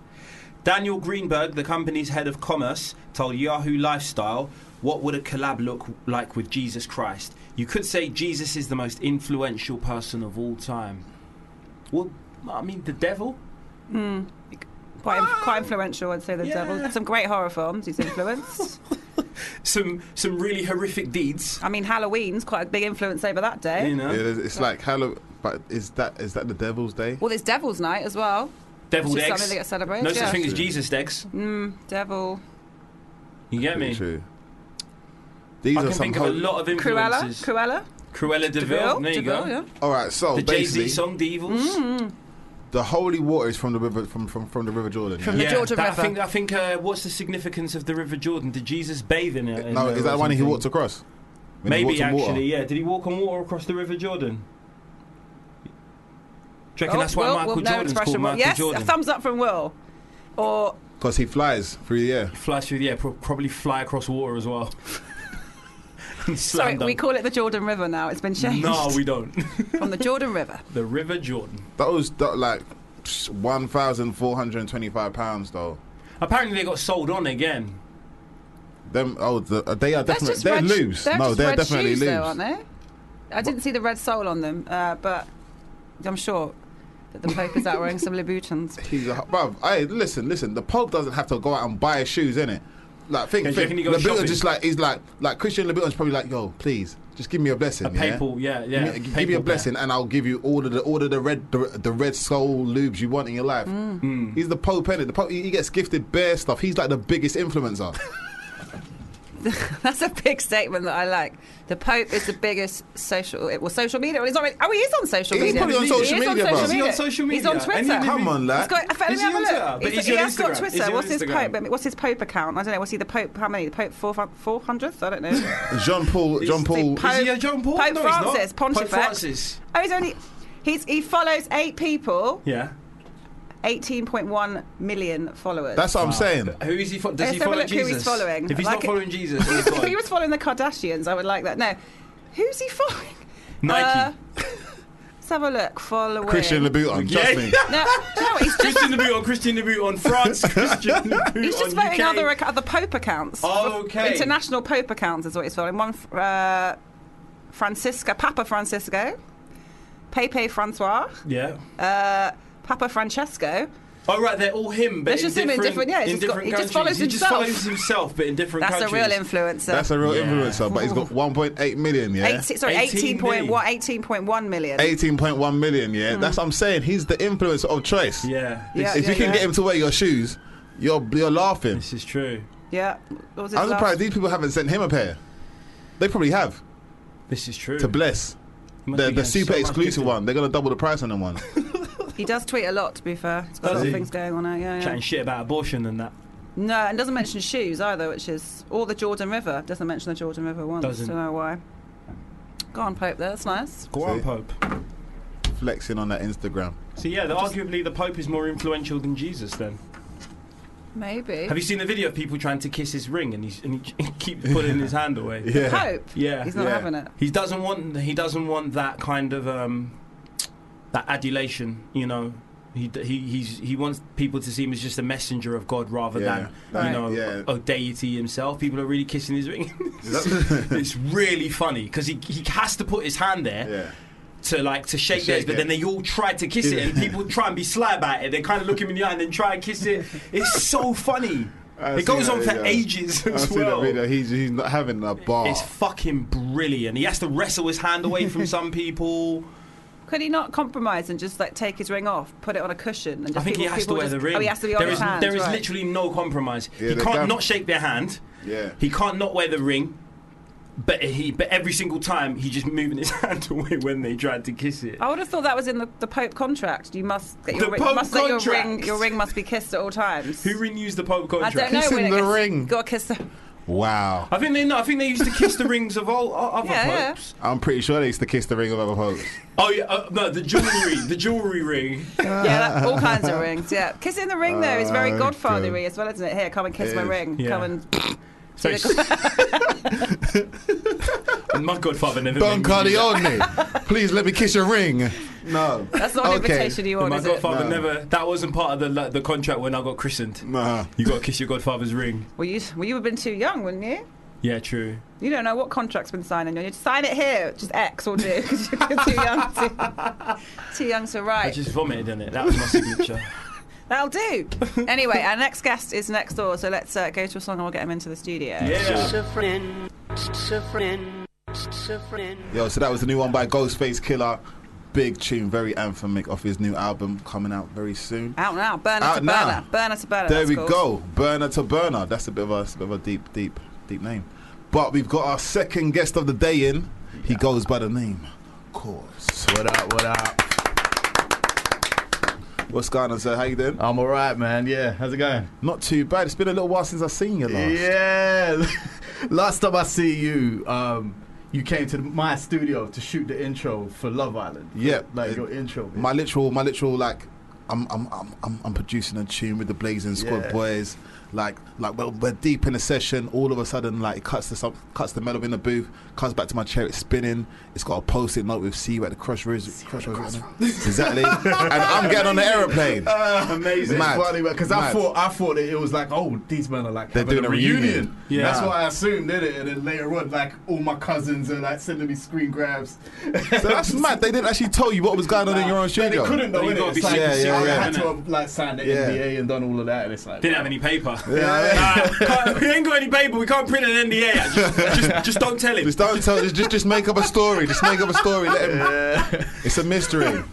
Daniel Greenberg, the company's head of commerce, told Yahoo Lifestyle, What would a collab look like with Jesus Christ? You could say Jesus is the most influential person of all time. Well, I mean, the devil?
Quite, quite influential, I'd say, the
Yeah.
devil. Some great horror films he's influenced.
Some, some really horrific deeds.
I mean, Halloween's quite a big influence over that day.
You know?
It is- it's like Halloween. But is that is that the devil's day?
Well, there's Devil's Night as well.
Deviled
It's just
eggs.
something that gets celebrated.
No
yeah. Mm.
such thing as Jesus eggs.
Devil.
You get
Pretty
me?
True. These
I
are
can
some.
think of a
ho-
lot of
Cruella.
influences.
Cruella.
Cruella Deville. There you
Deville,
go.
yeah. Mm.
All right. So
The Jay Z
Oh, basically,
song, The Evils.
the holy water is from the river from from, from the River Jordan. yeah?
the Jordan
that-
River.
I think. I think. Uh, what's the significance of the River Jordan? Did Jesus bathe in it? in
No,
there
is
or
that one he
something?
walked across? When he
Maybe
walked on
actually,
water?
yeah. Did he walk on water across the River Jordan? Do you reckon
Oh,
that's why
Will,
Michael
Will, no
Jordan's
expression,
called
Will.
Michael
yes,
Jordan?
a thumbs up from Will. Or
Because he flies through the air.
Flies through the air, pro- probably fly across water as well. And
sorry,
slam
we
dunk.
call it the Jordan River now. It's been changed
No, we don't.
from the Jordan River.
the River Jordan.
That was that, like one thousand four hundred and twenty-five pounds though.
Apparently, they got sold on again.
Them oh the, uh, they are
That's
definitely
just
they're
red,
loose.
They're
no,
just
they're
red
definitely
shoes,
loose.
though, aren't they? I didn't see the red sole on them, uh, but I'm sure that the Pope is out wearing some Louboutins.
He's a bruv. Hey, listen, listen. The Pope doesn't have to go out and buy his shoes, innit? Like think,
Yeah, do you reckon
think.
he goes
Lebitton
shopping?
just like he's like like Christian Lebitton's probably like, yo, please, just give me a blessing.
A papal, yeah, yeah.
Yeah? Give me- give me a
papal
blessing, and I'll give you all of the all of the red the, the red soul lubes you want in your life. He's the Pope, innit? The Pope, he he gets gifted bare stuff. He's like the biggest influencer.
That's a big statement that I like. The Pope is the biggest social. eh, Well, social media. Well, he's not really, oh, he is on social
He's
media.
probably on social
he is
media,
on
bro.
social
Is
he
media.
on social
He's on
media?
Twitter.
And he-
Come on,
He's
lad.
got, let me
Is he
have a
on Twitter?
look.
But
He's-
is he
he
on
has got
Instagram?
Twitter.
Is he on
What's his
Instagram?
Pope? I mean, What's his Pope account? I don't know. What's he the Pope? How many? The Pope four four hundredth? I don't know.
John Paul, John Paul.
Pope-
Is he a John Paul?
Pope
no,
Francis,
he's not.
Pontifex.
Pope Francis.
Oh, he's only. He's, he follows eight people,
Yeah.
18.1 million followers.
That's what I'm saying.
Who is he? Fo- does
Let's
he
have a
follow
look who he's
Jesus?
following.
If he's
Like
not
it-
following Jesus, then he's
if he
fine.
was uh, following the Kardashians, I would like that. No, who's he following?
Nike.
Uh, let's have a look. Following
Christian Louboutin, trust
Yeah.
me.
No, do you know what? he's just,
Christian Dubuque, Christian Dubuque on France. Christian Dubuque
he's just
on
voting
UK.
other other Pope accounts.
Okay.
International Pope accounts is what he's following. One, uh, Francisca, Papa Francisco, Pepe Francois,
Yeah.
uh, Papa Francesco.
Oh right, they're all him, but
That's
in
just him in
different,
different- yeah, he's got-
different
he
countries.
just follows
he just
himself.
follows himself, but in different
That's a
countries.
real influencer.
That's a real
Yeah.
influencer, but he's got 1.8 million, yeah?
18, sorry,
18
18 point, what, 18.1 million.
18.1 million, yeah? That's what I'm saying. He's the influencer of choice.
Yeah,
Yeah.
This,
If you can get him to wear your shoes, you're, you're laughing.
this is true.
Yeah. What was his
I'm
last-
surprised these people haven't sent him a pair. They probably have
This is true.
to bless.
Must
The,
be
the
getting
super
so much
exclusive
gifted.
one. They're going to double the price on them one.
He does tweet a lot, to be fair. He's got
Does
a lot
he?
of things going on out. Yeah, yeah.
Chatting shit about abortion and that
No, and doesn't mention shoes either, which is or the Jordan River. Doesn't mention the Jordan River once.
Doesn't.
Don't know why. Go on, Pope. There, that's nice.
go on, Pope.
Flexing on that Instagram.
So yeah, the, arguably the Pope is more influential than Jesus. Then
Maybe.
have you seen the video of people trying to kiss his ring and, he's, and he keeps pulling his hand away?
Yeah.
Pope.
Yeah.
He's not
Yeah.
having it.
He doesn't want he doesn't want that kind of um, that adulation, you know. He, he he's he wants people to see him as just a messenger of God rather
Yeah.
than
Right.
you know
Yeah.
a, a deity himself. People are really kissing his ring. it's really funny because he, he has to put his hand there
yeah.
to like to shake,
shake
theirs, but
it.
then they all try to kiss it, and people try and be sly about it. They kind of look him in the eye and then try and kiss it. It's so funny.
I've
it goes
seen
on
that
for
video.
ages
I've
as
seen
well.
that video. He's, he's not having a bar.
It's fucking brilliant. He has to wrestle his hand away from some people.
Could he not compromise and just like take his ring off, put it on a cushion, and just
I think
people,
he has to
people
wear
just,
the ring.
Oh, he has to be on
There
his
is-
hand.
there is
right.
literally no compromise.
Yeah,
he
they
can't
can't-
not shake their hand.
yeah.
He can't not wear the ring. But he, but every single time he just moving his hand away when they tried to kiss it.
I would have thought that was in the, the Pope contract. You must get your
The
ring.
Pope
must let your ring.
contract.
Your ring must be kissed at all times.
Who renews the Pope
I
contract?
don't know.
Kissing
when it
the
gets-
ring.
Got to kiss the.
Wow.
I think they know. I think they used to kiss the rings of all o- other
Yeah, yeah.
popes.
I'm pretty sure they used to kiss the ring of other popes.
Oh yeah, uh, no, the jewelry, the jewelry ring.
Yeah, that, all kinds of rings. Yeah, kissing the ring though is very
Oh,
godfathery
God.
as well, isn't it? Here, come and kiss
It
my
is.
ring.
Yeah.
Come and
So it's- my godfather never.
Don
made me do that.
Corleone, please let me kiss your ring. No.
that's not an
Okay.
invitation you want,
My
is it?
godfather
No.
never. That wasn't part of the like, the contract when I got christened.
Nah.
You got to kiss your godfather's ring.
Well, you well you would have been too young, wouldn't you?
Yeah, true.
You don't know what contract's been signed, and you just sign it here. Just X will do. 'cause you're too young, to, too young to
I
write.
just vomited in it. That was my signature.
That'll do. Anyway, our next guest is next door, so let's uh, go to a song and we'll get him into the studio.
Yeah.
Sufrin, sufrin, sufrin.
Yo, so that was the new one by Ghostface Killer. Big tune, very anthemic off his new album coming out very soon.
Out now, burner
Out
to
now.
burner, burner to burner.
There
that's
we
called.
go. Burner to burner. That's a bit of a, it's a bit of a deep, deep, deep name. But we've got our second guest of the day in. He goes by the name Cause.
What up? What up?
What's going on, sir? How you doing?
I'm alright, man. Yeah, how's it going?
Not too bad. It's been a little while since I've seen you last.
Yeah. last time I see you, um, you came to my studio to shoot the intro for Love Island.
Yep.
like your intro. man.
My literal, my literal, like, I'm, I'm, I'm, I'm, I'm producing a tune with the Blazing Squad
Yeah.
boys. Like, like we're, we're deep in a session. All of a sudden, like, it cuts the sub, cuts the mellow in the booth. Cuts back to my chair. It's spinning. It's got a post-it note with "See you at the crossroads." crossroads exactly. and I'm getting on the aeroplane.
Ah, amazing.
Mad.
because I
Mad.
thought I thought that it was like, oh, these men are like
They're
having
doing
a
a
reunion.
reunion.
Yeah. That's
Nah.
what I assumed, did it? And then later on, like all my cousins are like sending me screen grabs.
so that's mad. They didn't actually tell you what was going on in your own
They
studio.
couldn't though,
You've gotta
innit?
be
It's like,
super
I
serious,
had to
innit?
have like signed the
Yeah.
NDA and done all of that, and it's like
Didn't have any paper.
Yeah, yeah.
Nah, can't- we ain't got any paper. We can't print an NDA. out. Just, just, just don't tell him.
Just don't tell. Just, just make up a story. Just make up a story. Let him. It's a mystery.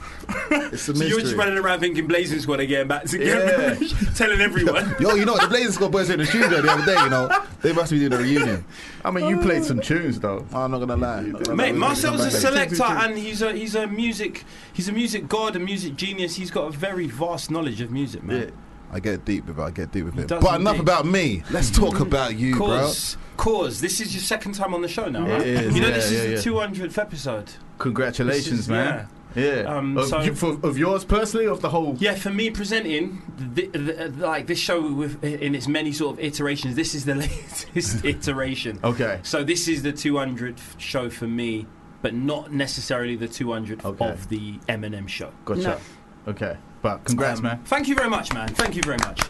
It's
So
a mystery.
you're just running around thinking Blazing Squad again, back to
Yeah.
telling everyone.
Yo, you know, the Blazing Squad boys were in the studio the other day, you know. They must be doing a reunion.
I mean, you played some tunes though.
I'm not gonna lie. I'm not gonna
Mate,
lie.
Marcel's a
Come back.
selector, and he's a he's a music he's a music god, a music genius. He's got a very vast knowledge of music, man.
I get deep with it. I get deep with
He
it.
does
But enough
indeed.
about me. Let's talk about you, bro.
Cause, cause. This is your second time on the show now,
It
right?
is,
you know
yeah,
this
yeah,
is the
yeah.
200th episode.
Congratulations,
This is-
man. Yeah.
Um,
of,
so-
Uh, you- for, of yours personally, of the whole.
Yeah, for me presenting th th like this show with in its many sort of iterations, this is the latest iteration.
Okay.
So this is the 200th show for me, but not necessarily the 200th
Okay.
of the Eminem show.
Gotcha. Okay. But congrats,
Um,
man.
Thank you very much, man. Thank you very much.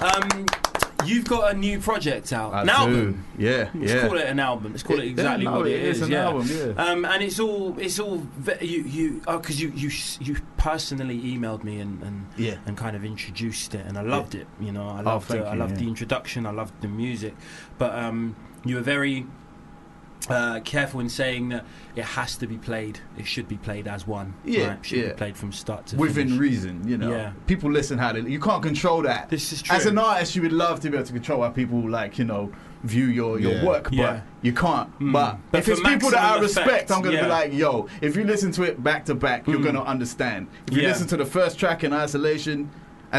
Um, you've got a new project out, an
I do.
album.
Yeah.
Let's
yeah.
call it an album. Let's call it, exactly
yeah, no,
what
it is. an
yeah.
album. Yeah.
Um, and it's all it's all ve- you you because you you s- you personally emailed me and, and
yeah.
and kind of introduced it, and I loved it. You know, I loved
Oh, thank
it. I
you,
loved
yeah.
the introduction. I loved the music, but um, you were very uh, careful in saying that it has to be played. It should be played as one.
Yeah,
right? should
yeah.
be played from start to
Within
finish.
reason, you know.
Yeah.
People listen how they. You can't control that.
This is true.
As an artist, you would love to be able to control how people like you know view your, your
Yeah.
work, but
Yeah.
you can't.
Mm.
But,
But
if
for
it's people that I
maximum effect,
respect, I'm gonna
yeah.
be like, yo, if you listen to it back to back, you're
Mm.
gonna understand. If you
Yeah.
listen to the first track in isolation,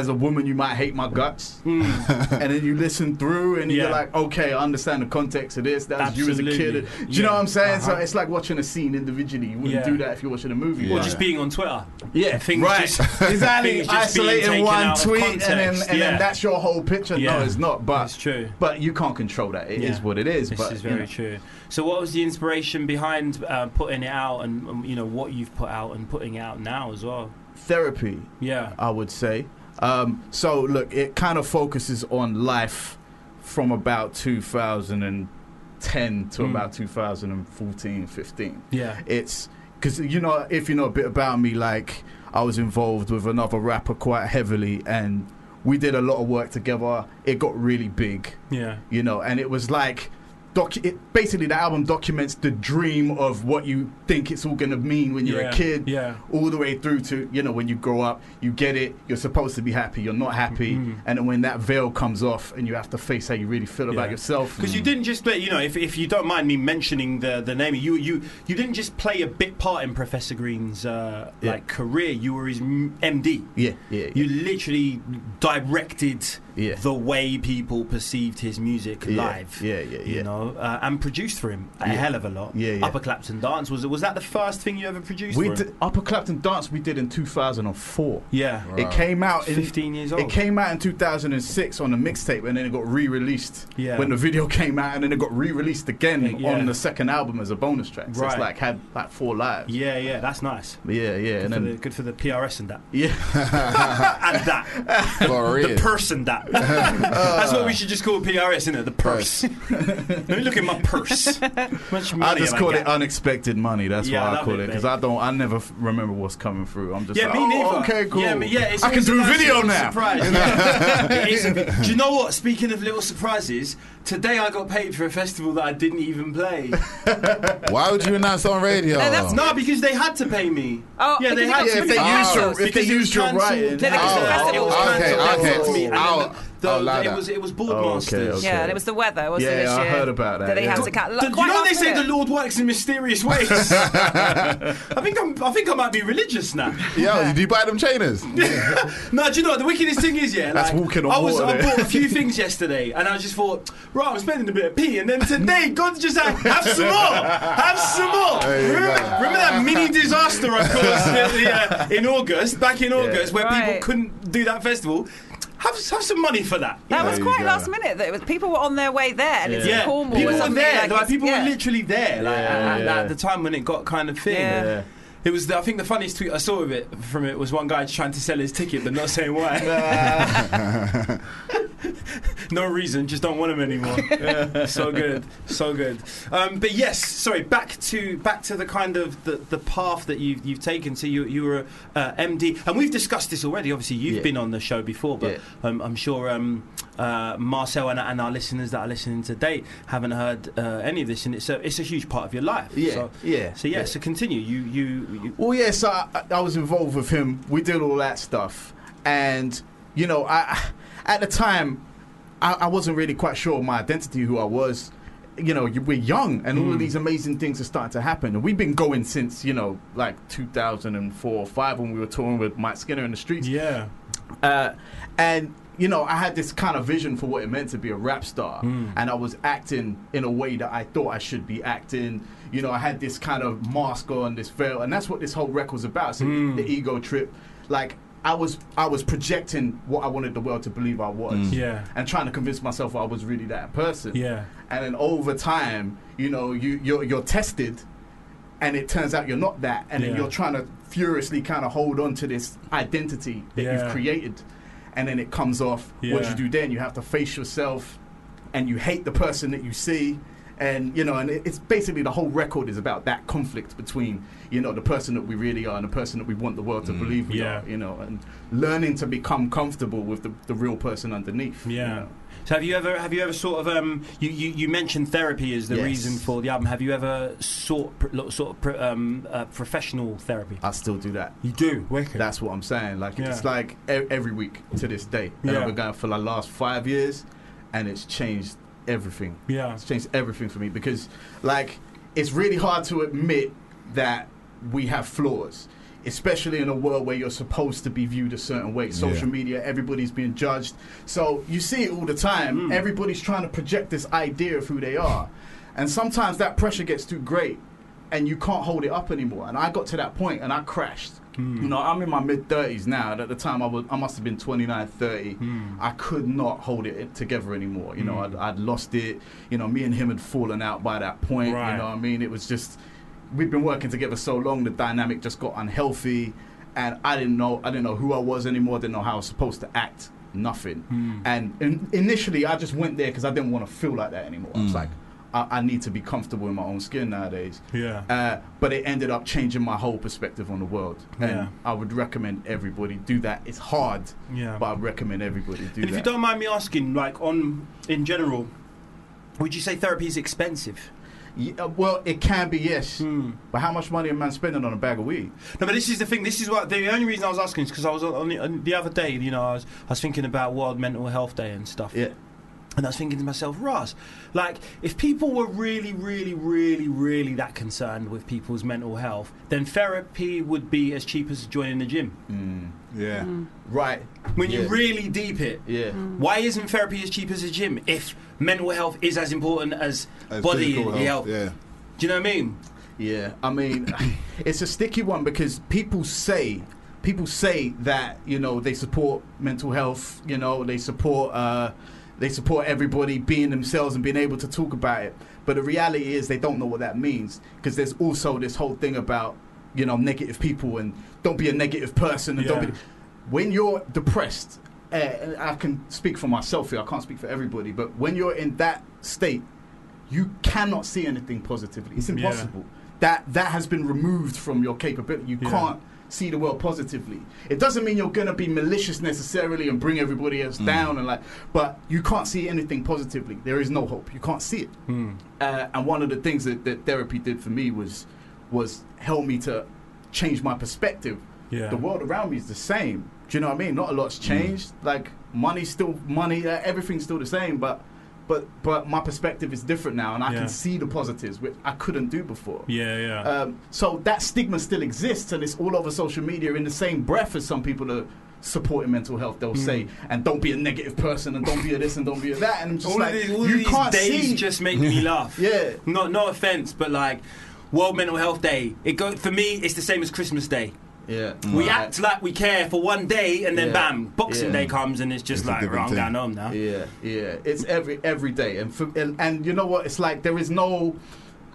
as a woman, you might hate my guts,
Mm,
and then you listen through, and
Yeah.
you're like, okay, I understand the context of this. That's you as a kid. Do
Absolutely.
you know
Yeah.
what I'm saying? So
Uh-huh.
it's like watching a scene individually. You wouldn't
Yeah.
do that if you're watching a movie.
Or
or
right?
just being on Twitter.
Yeah,
things
right.
just-
exactly.
things just being
Isolating
taken
one
out of
tweet and then
context,
and
yeah.
then that's your whole picture.
Yeah.
No, it's not.
That's
But
true.
but you can't control that. It is
Yeah.
what it is.
This
but
is
you
very
know.
true. So, what was the inspiration behind uh, putting it out, and um, you know what you've put out and putting it out now as well?
therapy.
Yeah.
I would say. Um, so look, it kind of focuses on life from about 2010 to
Mm.
about 2014, 15.
Yeah.
It's because you know if you know a bit about me, like I was involved with another rapper quite heavily, and we did a lot of work together. It got really big.
Yeah.
you know and it was like docu- it, basically the album documents the dream of what you think it's all going to mean when you're
Yeah,
a kid
yeah.
all the way through to you know when you grow up you get it you're supposed to be happy you're not happy
Mhm.
and then when that veil comes off and you have to face how you really feel
Yeah.
about yourself
Because you didn't just play, you know, if, if you don't mind me mentioning the the name, you you you didn't just play a bit part in Professor Green's uh,
Yeah.
like career. You were his m- MD.
yeah yeah yeah,
You literally directed
yeah.
the way people perceived his music
yeah,
live.
yeah yeah yeah
You know, uh, and produced for him a
Yeah.
hell of a lot.
Yeah, yeah.
Upper Clapton Dance was was that the first thing you ever produced?
we
for him?
did, upper clapton dance we did in 2004
Yeah,
it came out in
fifteen years old.
It came out in 2006 on a mixtape, and then it got re-released
Yeah.
when the video came out, and then it got re-released again
Yeah.
on the second album as a bonus track. So
Right.
it's like had like four lives.
yeah, yeah, that's nice.
yeah, yeah.
Good,
And
for the,
then
good for the PRS and that,
yeah,
and that,
For
the
real.
purse and that.
Uh.
that's what we should just call PRS, isn't it? The purse. Let me look at my purse. Much money
I just
have
call it
got?
unexpected money. That's
Yeah, I
why I,
love
call
it,
it because
mate.
I don't, I never f- remember what's coming through. I'm just
Yeah,
like,
me
"Oh,
neither.
okay, cool.
Yeah, but yeah, it's
I can
always
do
a nice
video
little
now.
Surprise. yeah. It is a bit- do you know what? Speaking of little surprises, today I got paid for a festival that I didn't even play.
Why would you announce on radio?
No, that's
no, because they had to pay me.
Oh,
yeah, they
because
had
it
to.
got
pay me.
cancelled.
If they
Because it was
used your
cancelled.
writing.
No, because the
Oh,
festival was
okay,
cancelled.
okay.
That's what-
me.
And
I'll-
then the,
I'll allow
the, it
that.
was it was
Oh,
Boardmasters.
okay, okay.
Yeah, and it was the weather, wasn't
Yeah,
it? this
I
year?
heard about that,
That they
yeah.
had to cut.
Do you know they say the Lord works in mysterious ways. I think I'm, I think I might be religious now.
Yo, did you buy them trainers?
No, do you know what the wickedest thing is? Yeah,
That's
like,
walking on
I was
water,
I
there.
bought a few things yesterday, and I just thought, right, I'm spending a bit of pee, and then today God's just like, have some more, have some more.
There you
Remember,
go.
remember that mini disaster I caused at the, uh, in August, back in August, where people
Right.
couldn't do that festival. Have have some money for that.
That
There
was
you
quite
go.
last minute. That it was people were on their way there, and it's in
Yeah,
Cornwall.
people
or
were
something,
there.
Like,
Like,
it's-
people
yeah.
were literally there, like
Yeah,
at, at-
yeah.
at the time when it got kind of thing.
Yeah.
Yeah.
It was. The, I think the funniest tweet I saw of it from it was one guy trying to sell his ticket but not saying why. no reason. Just don't want him anymore. so good. So good. Um, but yes, sorry. Back to back to the kind of the, the path that you've you've taken. So you you were a uh, MD, and we've discussed this already. Obviously, you've
Yeah.
been on the show before, but
Yeah.
um, I'm sure um, uh, Marcel and, and our listeners that are listening today haven't heard uh, any of this, and it's a it's a huge part of your life.
Yeah,
So,
yeah,
So yeah,
yeah.
So continue. You you. you
Well, yeah, so I, I- I was involved with him. We did all that stuff, and you know, I at the time, I, I wasn't really quite sure of my identity, who I was. You know, you, we're young, and all of these amazing things are starting to happen. And we've been going since you know, like 2004 or five when we were touring with Mike Skinner in the streets.
Yeah.
Uh, and you know, I had this kind of vision for what it meant to be a rap star, and I was acting in a way that I thought I should be acting. You know, I had this kind of mask on, this veil, and that's what this whole record was about. So the ego trip, like I was, I was projecting what I wanted the world to believe I was,
Yeah.
and trying to convince myself I was really that person,
Yeah.
And then over time, you know, you you're, you're tested, and it turns out you're not that, and then
Yeah.
you're trying to furiously kind of hold on to this identity that
Yeah.
you've created, and then it comes off. What do
Yeah.
you do then? You have to face yourself, and you hate the person that you see, and you know, and it- it's basically the whole record is about that conflict between you know the person that we really are and the person that we want the world to believe we
yeah.
are, you know, and learning to become comfortable with the, the real person underneath. you
Yeah.
know.
So have you ever have you ever sort of um you, you, you mentioned therapy as the
Yes.
reason for the album. Have you ever sought pr- lo- sort of pr- um, uh, professional therapy?
I still do that.
You do. Wicked.
That's what I'm saying. Like
Yeah.
it's like e- every week to this day. And
Yeah.
I've been going for the last five years, and it's changed everything.
Yeah.
It's changed everything for me because, like, it's really hard to admit that we have flaws, especially in a world where you're supposed to be viewed a certain way. Social media, everybody's being judged. So you see it all the time. Everybody's trying to project this idea of who they are. And sometimes that pressure gets too great and you can't hold it up anymore. And I got to that point and I crashed. You know, I'm in my mid 30s now, and at the time I, was, I must have been 29, 30. I could not hold it together anymore. You know, I'd, I'd lost it. You know, me and him had fallen out by that point.
Right.
You know what I mean? It was just, we'd been working together so long, the dynamic just got unhealthy. And I didn't know, I didn't know who I was anymore. I didn't know how I was supposed to act. Nothing.
Hmm.
And in, initially, I just went there because I didn't want to feel like that anymore.
Hmm.
Mm.
I was like, I, I need to be comfortable in my own skin nowadays.
Yeah.
Uh, but it ended up changing my whole perspective on the world. And
Yeah.
I would recommend everybody do that. It's hard,
Yeah.
but I recommend everybody do
and if
that.
you don't mind me asking, like on in general, would you say therapy is expensive?
Yeah, uh, well, it can be, yes.
Hmm.
But how much money a man spending on a bag of weed?
No, but this is the thing. This is what the only reason I was asking is because I was on, on, the, on the other day. You know, I was, I was thinking about World Mental Health Day and stuff.
Yeah.
And I was thinking to myself, Raz, like, if people were really, really, really, really that concerned with people's mental health, then therapy would be as cheap as joining the gym.
Yeah.
Right.
When you
Mm. Yeah.
really deep it,
Yeah.
why isn't therapy as cheap as a gym if mental health is as important as,
As
body
physical
health?
Yeah.
Do you know what I mean?
Yeah, I mean, it's a sticky one because people say people say that you know they support mental health, you know they support uh, they support everybody being themselves and being able to talk about it. But the reality is they don't know what that means because there's also this whole thing about you know negative people and don't be a negative person and don't
Yeah.
be when you're depressed, uh, and I can speak for myself here, I can't speak for everybody, but when you're in that state, you cannot see anything positively. It's
Yeah.
impossible. That that has been removed from your capability. You
Yeah.
can't see the world positively. It doesn't mean you're gonna be malicious necessarily and bring everybody else
Mm.
down and like, but you can't see anything positively. There is no hope. You can't see it.
Hmm.
Uh, and one of the things that, that therapy did for me was was help me to change my perspective.
Yeah. Mm.
The world around me is the same. Do you know what I mean? Not a lot's changed. Like money's still money. Uh, everything's still the same, but. But but my perspective is different now, and I
Yeah.
can see the positives, which I couldn't do before.
Yeah. Yeah.
Uh,
Um, so that stigma still exists, and it's all over social media in the same breath as some people that supporting mental health. They'll
Hmm.
say, "And don't be a negative person, and don't be a this, and don't be a that." And I'm just
all
like,
of these, all
you
of these
can't
days
see.
just make me laugh.
Yeah.
No, no offense, but like World Mental Health Day, it go for me. It's the same as Christmas Day.
yeah,
We act like we care for one day, and then
Yeah.
bam, Boxing
Yeah.
Day comes, and it's just
It's a
like,
different
right, I'm
thing.
going home now.
Yeah, yeah. It's every every day, and for, and, and you know what? It's like there is no.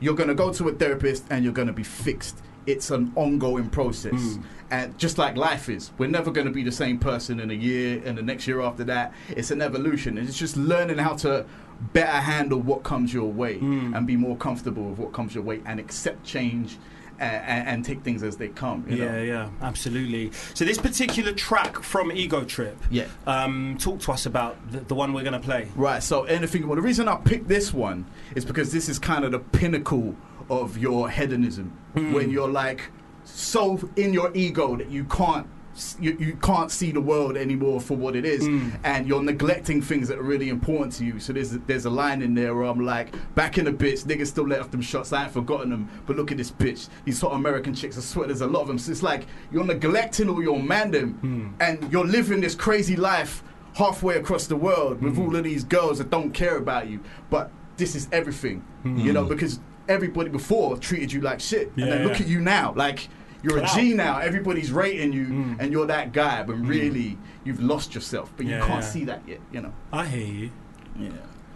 You're gonna go to a therapist and you're gonna be fixed. It's an ongoing process,
Hmm.
and just like life is, we're never gonna be the same person in a year and the next year after that. It's an evolution, and it's just learning how to better handle what comes your way
Hmm.
and be more comfortable with what comes your way and accept change. uh, And, and take things as they come. You
Yeah,
know?
yeah, absolutely. So this particular track from Ego Trip,
Yeah.
um, talk to us about the, the one we're going to play.
Right. So anything. Well, the reason I picked this one is because this is kind of the pinnacle of your hedonism when you're like so in your ego that you can't s- you, you can't see the world anymore for what it is, and you're neglecting things that are really important to you. So there's there's a line in there where I'm like, back in the bitch, niggas still let off them shots. I ain't forgotten them, but look at this bitch. These hot American chicks are sweaters. A lot of them. So it's like you're neglecting all your mandem, and you're living this crazy life halfway across the world with all of these girls that don't care about you, but this is everything, you know, because everybody before treated you like shit, and then
Yeah.
look at you now, like you're a G now. Everybody's rating you, and you're that guy, but really you've lost yourself, but you
Yeah,
can't
yeah.
see that yet, you know.
I hear you.
Yeah,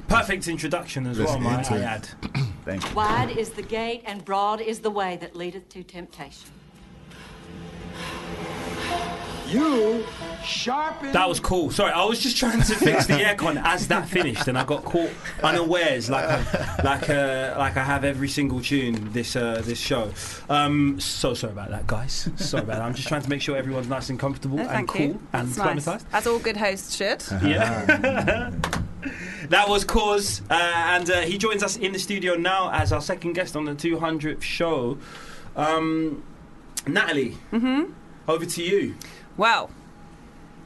Perfect introduction as well,
Listen
might
into
I
it.
add.
thank you.
Wide is the gate and broad is the way that leadeth to temptation.
That was cool. Sorry, I was just trying to fix the aircon as that finished, and I got caught unawares, like I, like uh, like I have every single tune this uh, this show. Um, so sorry about that, guys. Sorry about that. I'm just trying to make sure everyone's nice and comfortable
No,
and
thank
cool
you.
and
That's nice.
climatized.
As all good hosts should.
Yeah. that was Cause, uh, and uh, he joins us in the studio now as our second guest on the 200th show. Um, Natalie, mm-hmm. over to you.
Well,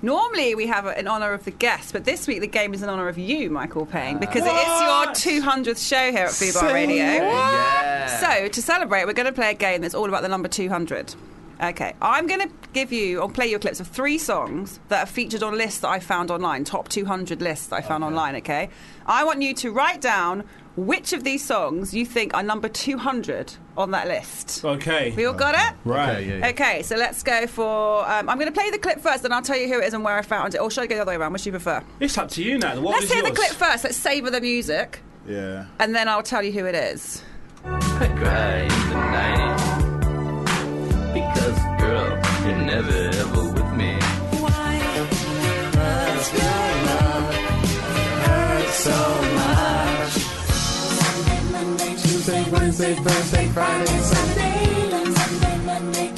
normally we have it in honour of the guest, but this week the game is in honour of you, Michael Payne, because
What?
it's your 200th show here at Fubar Radio. So, to celebrate, we're going to play a game that's all about the number 200. Okay, I'm going to give you or play you clips of three songs that are featured on lists that I found online, top 200 lists that I found online, okay? I want you to write down which of these songs you think are number 200 on that list.
Okay.
We all got it?
Right, yeah, yeah.
Okay, so let's go for. Um, I'm going to play the clip first, and I'll tell you who it is and where I found it. Or should I go the other way around? What do you prefer?
It's up to you, Natalie. What
let's
was
hear the
yours?
clip first. Let's savour the music,
Yeah.
and then I'll tell you who it is.
Cry tonight. Because, girl, you're never ever with me.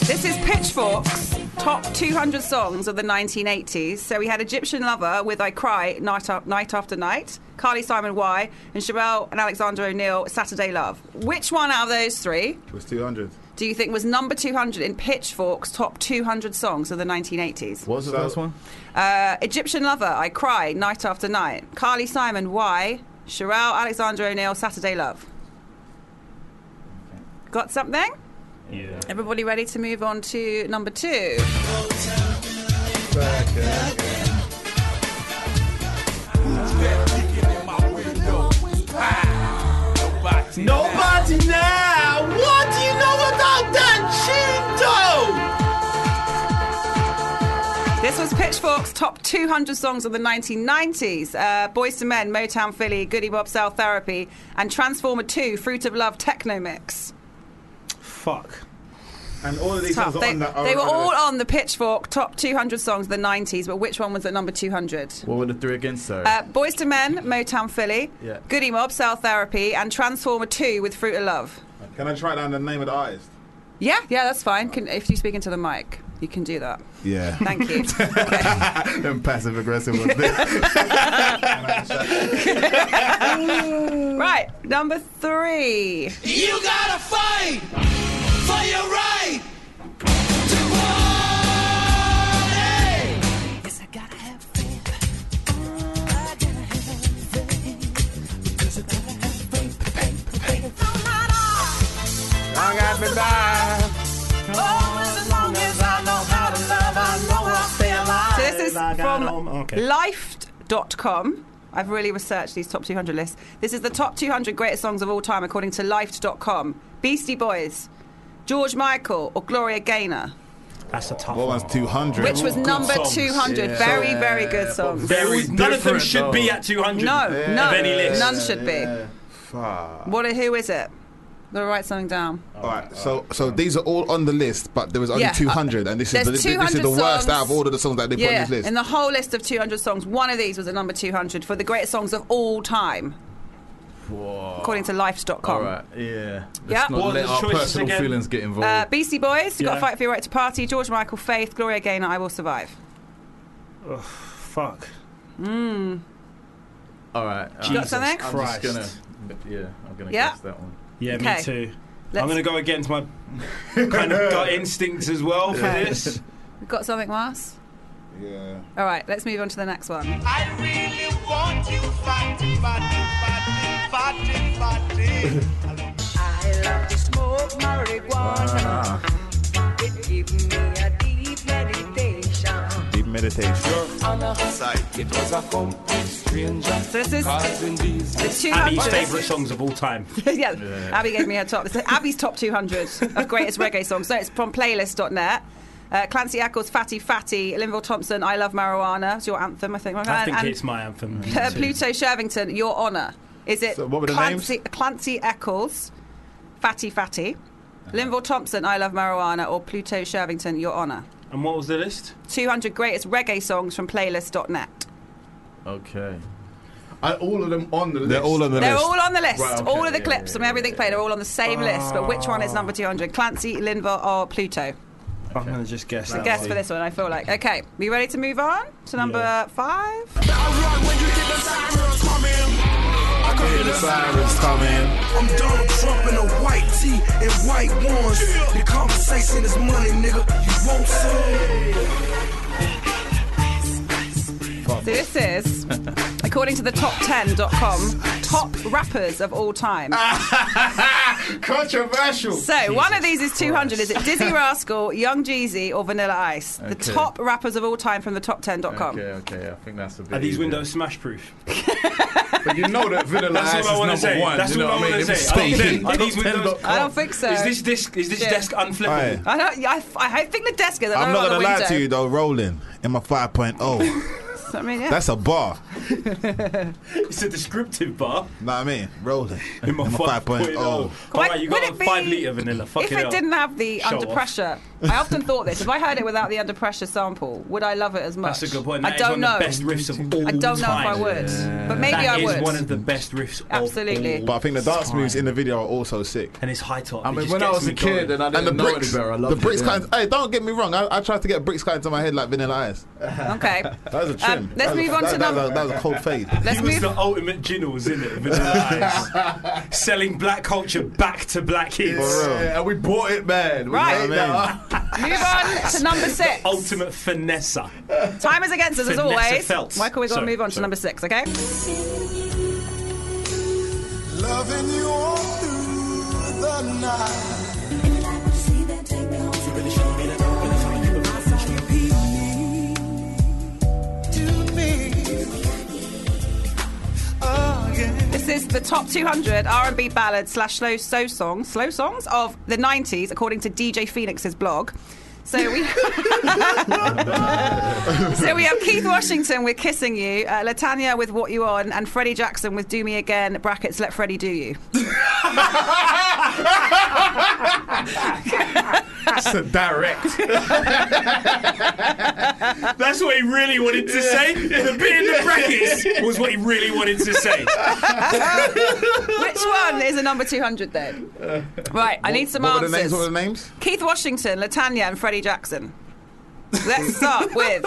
This is Pitchfork's top 200 songs of the 1980s. So we had Egyptian Lover with I Cry Night, Up, Night After Night, Carly Simon Y, and Shabelle and Alexander O'Neill Saturday Love. Which one out of those three
It was 200.
do you think was number 200 in Pitchfork's top 200 songs of the 1980s?
What was the
first
one?
Uh, Egyptian Lover, I Cry, Night After Night. Carly Simon, Why? Sherelle, Alexander O'Neill, Saturday Love. Got something? Yeah. Everybody ready to move on to number two?
Nobody now. What do you know about that Chinto?
This was Pitchfork's top 200 songs of the 1990s. Uh, Boys to Men, Motown Philly, Goody Bob Cell Therapy, and Transformer 2, Fruit of Love Techno Mix.
Fuck.
And all of these
Tough.
songs are
They,
on that.
they were all on the Pitchfork top 200 songs of the 90s, but which one was at number 200?
What were the three against, sir?
Uh, Boys to Men, Motown Philly,
Yeah.
Goody Mob, Cell Therapy, and Transformer 2 with Fruit of Love.
Can I try down the name of the artist?
Yeah, yeah, that's fine. Can, if you speak into the mic, you can do that.
Yeah.
Thank you.
and passive aggressive was this.
right, number three.
You gotta fight for your right.
So this is from
Okay.
Lifed.com. I've really researched these top 200 lists. This is the top 200 greatest songs of all time according to Lifed.com. Beastie Boys, George Michael, or Gloria Gaynor,
That's a tough
What one's 200?
which was number
songs.
200. Very, very good songs.
There
Very
is none of them
different,
should be
though.
at 200
No, no,
of any list.
none should be.
Fuck.
What? Who is it? Gotta write something down.
All right, so so these are all on the list, but there was only
Yeah,
200, and this is the,
there's
this is
200
the worst
songs.
out of all of the songs that they put
yeah,
on this list.
in the whole list of 200 songs, one of these was at number 200 for the greatest songs of all time, according to Lifes.com.
All right, yeah.
Yeah.
Let's not
What are
let
the
our
choices
personal
again?
feelings get involved.
Uh, Beastie Boys, Got
Yeah.
to Fight for Your Right to Party, George Michael, Faith, Gloria Gaynor, I Will Survive.
Fuck.
uh,
all right, um,
Jesus
got something?
I'm
Christ.
just gonna, yeah, I'm gonna
Yeah.
guess that one.
Yeah,
Okay.
me too.
Let's-
I'm going to go against my kind of gut instincts as well for this.
We've got something, Mars?
Yeah.
All right, let's move on to the next one.
I really want you, fatty, fatty, fatty, fatty, fatty. I love to smoke marijuana. It gives me a deep meditation.
Deep meditation.
On the side, it was a complete stranger.
So this is
causing these
the two
Abby's
hundred.
favourite songs of all time.
yeah. Abby gave me her top. This is Abby's top 200 of greatest reggae songs. So it's from playlist.net. Uh, Clancy Eccles, Fatty Fatty, Linville Thompson, I Love Marijuana. It's your anthem, I think. my
I
man.
think
And
it's my anthem.
Pl- Pluto Shervington, Your Honour. Is it
So what were the
Clancy, Clancy Eccles, Fatty Fatty,
Uh-huh.
Linville Thompson, I Love Marijuana, or Pluto Shervington, Your Honour?
And what was the list?
200 greatest reggae songs from playlist.net.
Okay. Are all of them on the list?
They're all on the
They're
list.
all on the list.
Right, okay,
all of the
yeah, Ah.
clips from everything played are all on the same list, but which one is number 200? Clancy, Linville, or Pluto?
I'm gonna just guess.
So
that
guess
one.
for this one, I feel like. Okay, we ready to move on to number five?
I can hear the sirens coming. I'm Donald Trump in a white tee and white ones. The conversation is money, nigga. You won't
So this is, according to the top10.com, top rappers of all time.
Ah!
Controversial.
So one of these is 200. Is it Dizzy Rascal, Young Jeezy, or Vanilla Ice? The
Okay.
top rappers of all time from the top10.com.
Okay, okay, I think that's a bit.
Are these
easier.
windows smash proof?
But you know that Vanilla
That's
Ice
all I
is
wanna
number
say.
one.
That's
you know
all I
what
wanna
mean?
say.
It's
I don't
top
think-
10.
I think
Top
windows-
10.
I don't think so.
Is this disc? Is this
Yeah.
desk unflippable?
I don't. I, I think the desk is. I
I'm
don't
not
know
gonna
about
lie
the
to
window.
you though. Rolling in my 5.0.
I mean, yeah.
That's a bar.
It's a descriptive bar.
Know what I mean? Rolling
In my
oh.
5.0.
All right, you
would
got a
it be-
five litre vanilla. Fuck
if
it
it
up.
didn't have the
Show
under
off.
pressure, I often thought this. If I heard it without the under pressure sample, would I love it as much?
That's a good point.
I
That is
don't
one
know.
Of the best riffs of all
I don't know if I
time.
would, but maybe
That
I
is
would.
one of the best riffs.
Absolutely.
Of all
oh. But I think the dance
time.
moves in the video are also sick.
And it's high top.
I
It
mean,
just
when I
gets
was
me
a kid
going.
and I didn't know any better, I loved it, yeah. Hey, don't get me wrong. I, I tried to get bricks cut into my head like Vanilla Ice.
Okay.
That was a trim.
Um, let's
That was-
move on
that-
to
that,
number-
was a- that was a cold fade.
Let's
he was the ultimate Ginnels, isn't it? Vanilla Ice. Selling black culture back to black kids.
Yeah, and we bought it, man. We
Right.
made that up.
Move on to number six.
The ultimate finessa.
Time is against us as
Vanessa
always.
Feltz.
Michael, we're going
Sorry,
to move on to
sorry.
number six, okay?
Loving you all through the night.
This is the top 200 R&B ballad slash slow so songs, slow songs of the 90s, according to DJ Phoenix's blog. So we, so we have Keith Washington with "Kissing You," uh, Latanya with "What You On," and Freddie Jackson with "Do Me Again." Brackets, let Freddie do you.
That's a direct.
That's what he really wanted to say. The bit in the brackets was what he really wanted to say.
Which one is a number 200 then? Right, I need some
Uh, what
answers.
Were the names? What were the names?
Keith Washington, Latanya, and Freddie Jackson. Let's start with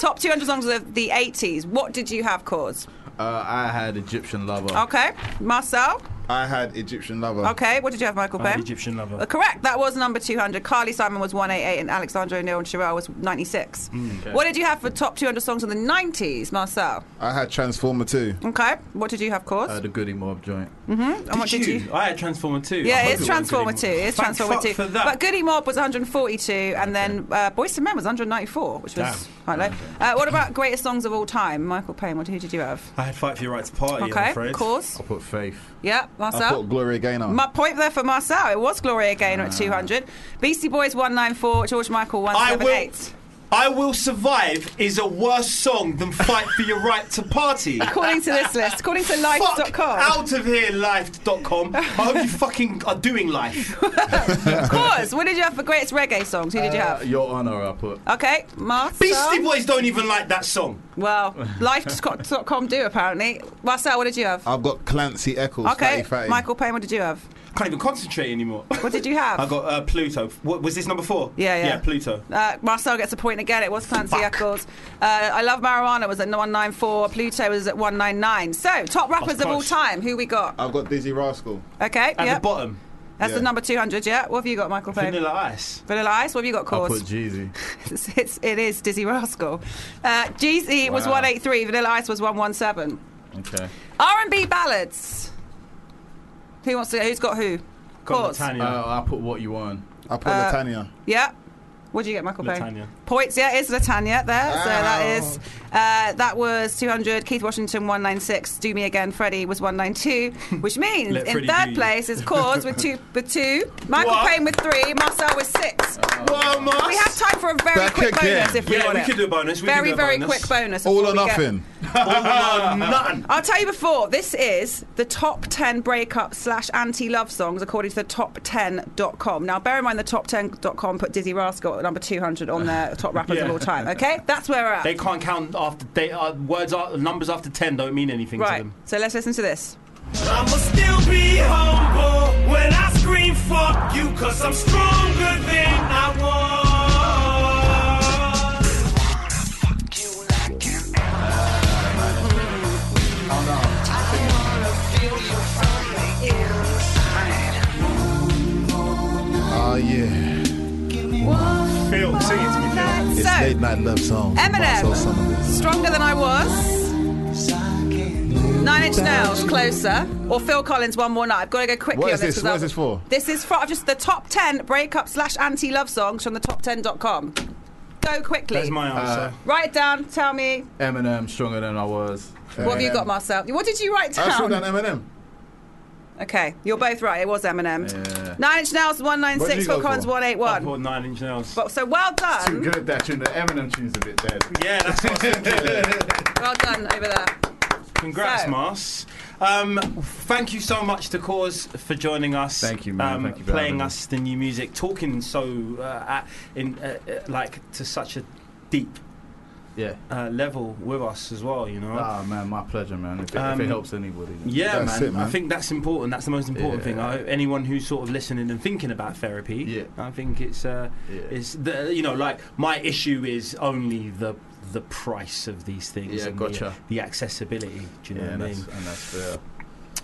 top 200 songs of the 80s. What did you have, Cause?
Uh, I had Egyptian lover.
Okay, Marcel.
I had Egyptian Lover.
Okay, what did you have, Michael Payne?
Egyptian lover.
Uh, correct, that was number 200. Carly Simon was 188, and Alexandra O'Neill and Sherelle was 96.
Mm,
okay.
What did you have for top 200 songs of the 90s, Marcel?
I had Transformer 2.
Okay, what did you have, Cause?
Uh,
the Goody Mob joint.
hmm And what did you?
I had Transformer 2. I
Yeah,
hope
it is
wasn't
Transformer 2.
Goody
It
Mob.
is
Thank
Transformer
fuck
2.
for that.
But Goody Mob was 142, and then uh, Boys and Men was 194, which was
Damn.
quite low. Uh, what about greatest songs of all time? Michael Payne, what, who did you have?
I had Fight for Your Right to Party,
Okay,
I'm afraid. Oh.
of course.
I put Faith.
Yeah,
I
Marcel?
put Gloria Gaynor.
My point there for Marcel. It was Gloria Gaynor at 200. Beastie Boys 194, George Michael
Ah. I will,
178.
I Will Survive is a worse song than Fight for Your Right to Party.
According to this list, according to
Fuck
life.com.
out of here, life.com. I hope you fucking are doing life.
Of course. What did you have for greatest reggae songs? Who did you have?
Your Honor, I put.
Okay, Marcel.
Uh, Beastie Boys don't even like that song.
Well, life.com do apparently. Marcel, what did you have?
I've got Clancy Eccles.
Okay,
30, 30.
Michael Payne, what did you have?
Can't even concentrate anymore.
What did you have?
I got uh, Pluto. What, was this number four?
Yeah, yeah.
Yeah, Pluto.
Uh, Marcel gets a point again. It was Clancy Eccles. Uh, I Love Marijuana was at 194. Pluto was at 199. So, top rappers of all
course.
time. Who we got?
Uh, I've got Dizzy Rascal.
Okay,
At
yeah.
the bottom,
That's the
Yeah.
number 200, yeah? What have you got, Michael Payne?
Vanilla
Ice.
Vanilla Ice, what have you got,
I
Cause?
put Jeezy.
it's, it's, it is Dizzy Rascal. Uh, Jeezy was
Wow.
183, Vanilla Ice was 117.
Okay.
R&B ballads. Who wants to? Who's got who? Courts.
Oh, I put What You Want.
I
put Uh, Latania. Yeah. What'd you get, Michael Payne?
Latania.
Points, yeah, it's Latanya there. So that is uh, that was 200. Keith Washington 196. Do me again, Freddie was 192, which means
Let
in
Freddie do
third
you.
place is Cause with two, with two, Michael
What?
Payne with three, Marcel with six.
Whoa, Marcel.
We have time for a very
Back
quick
again.
bonus if we
Yeah,
want
we
it.
could do a bonus, we
very
could do a
very
bonus.
quick bonus.
All
before
or
we get-
nothing.
or
nothing.
I'll tell you before, this is the top 10 breakup slash anti love songs according to the top10.com. Now, bear in mind the top10.com put Dizzy Rascal at number 200 on their top rappers of
Yeah.
all time, okay? That's where we're at.
They can't count after they uh, words are numbers after ten don't mean anything to
right,
them.
so let's listen to this.
I'ma still be humble when I scream fuck you, cause I'm stronger than I was.
Oh yeah.
Phil, sing it to me, Phil.
It's
So-
late night love song. Marcel
Eminem,
Summerville.
Stronger Than I Was. Nine Inch Nails, Closer. Or Phil Collins, One More Night. I've got to go quickly
What
on
is
this.
this?
'cause
What is
I-
this for?
This is for just the top 10 breakup slash anti love songs from the top10.com. Go quickly.
That's my answer.
Write it down, tell me.
Eminem, Stronger Than I Was.
What have you got, Marcel? What did you write down?
I wrote down
Eminem.
Okay, you're both right. It was Eminem.
Yeah.
Nine Inch Nails,
What did
196,
you
Phil
go
Collins,
for?
181.
Or nine inch nails.
But, so well
Too
done.
good that tune. The Eminem tune's a bit dead.
Yeah, that's what I was thinking.
Well done over there.
Congrats,
So-
Mars. Um, thank you so much to Cause for joining us. Thank you,
man. Thank you for
playing
having
us the new music, talking so uh, at, in uh, uh, like to such a deep
yeah
uh, level with us as well. You know.
Ah man, my pleasure, man. If it,
Um,
if it helps anybody. then-
Yeah, man. I think that's important. That's the most important
Yeah.
thing. I hope anyone who's sort of listening and thinking about therapy, I think it's uh, it's the you know like my issue is only the the price of these things.
Yeah,
and the-
gotcha.
The, accessibility. Do you know
Yeah,
what I
and
mean?
that's, and that's fair.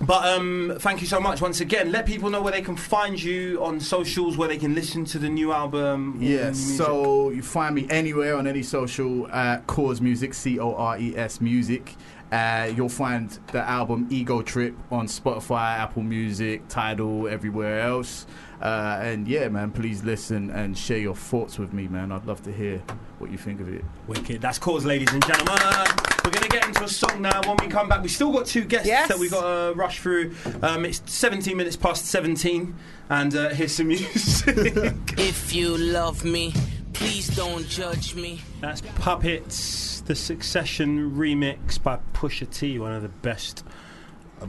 But um, thank you so much once again. Let people know where they can find you on socials, where they can listen to the new album. all the new
Yeah,
music.
so you find me anywhere on any social at Cause Music, C O R E S Music. Uh, you'll find the album Ego Trip on Spotify, Apple Music, Tidal, everywhere else. Uh, and yeah, man, please listen and share your thoughts with me, man. I'd love to hear what you think of it.
Wicked. That's cause, ladies and gentlemen. We're going to get into a song now. When we come back, we still got two guests that we got to rush through. Um, it's 17 minutes past 17, and uh, here's some music.
If you love me, please don't judge me.
That's Puppets, the Succession remix by Pusha T, one of the best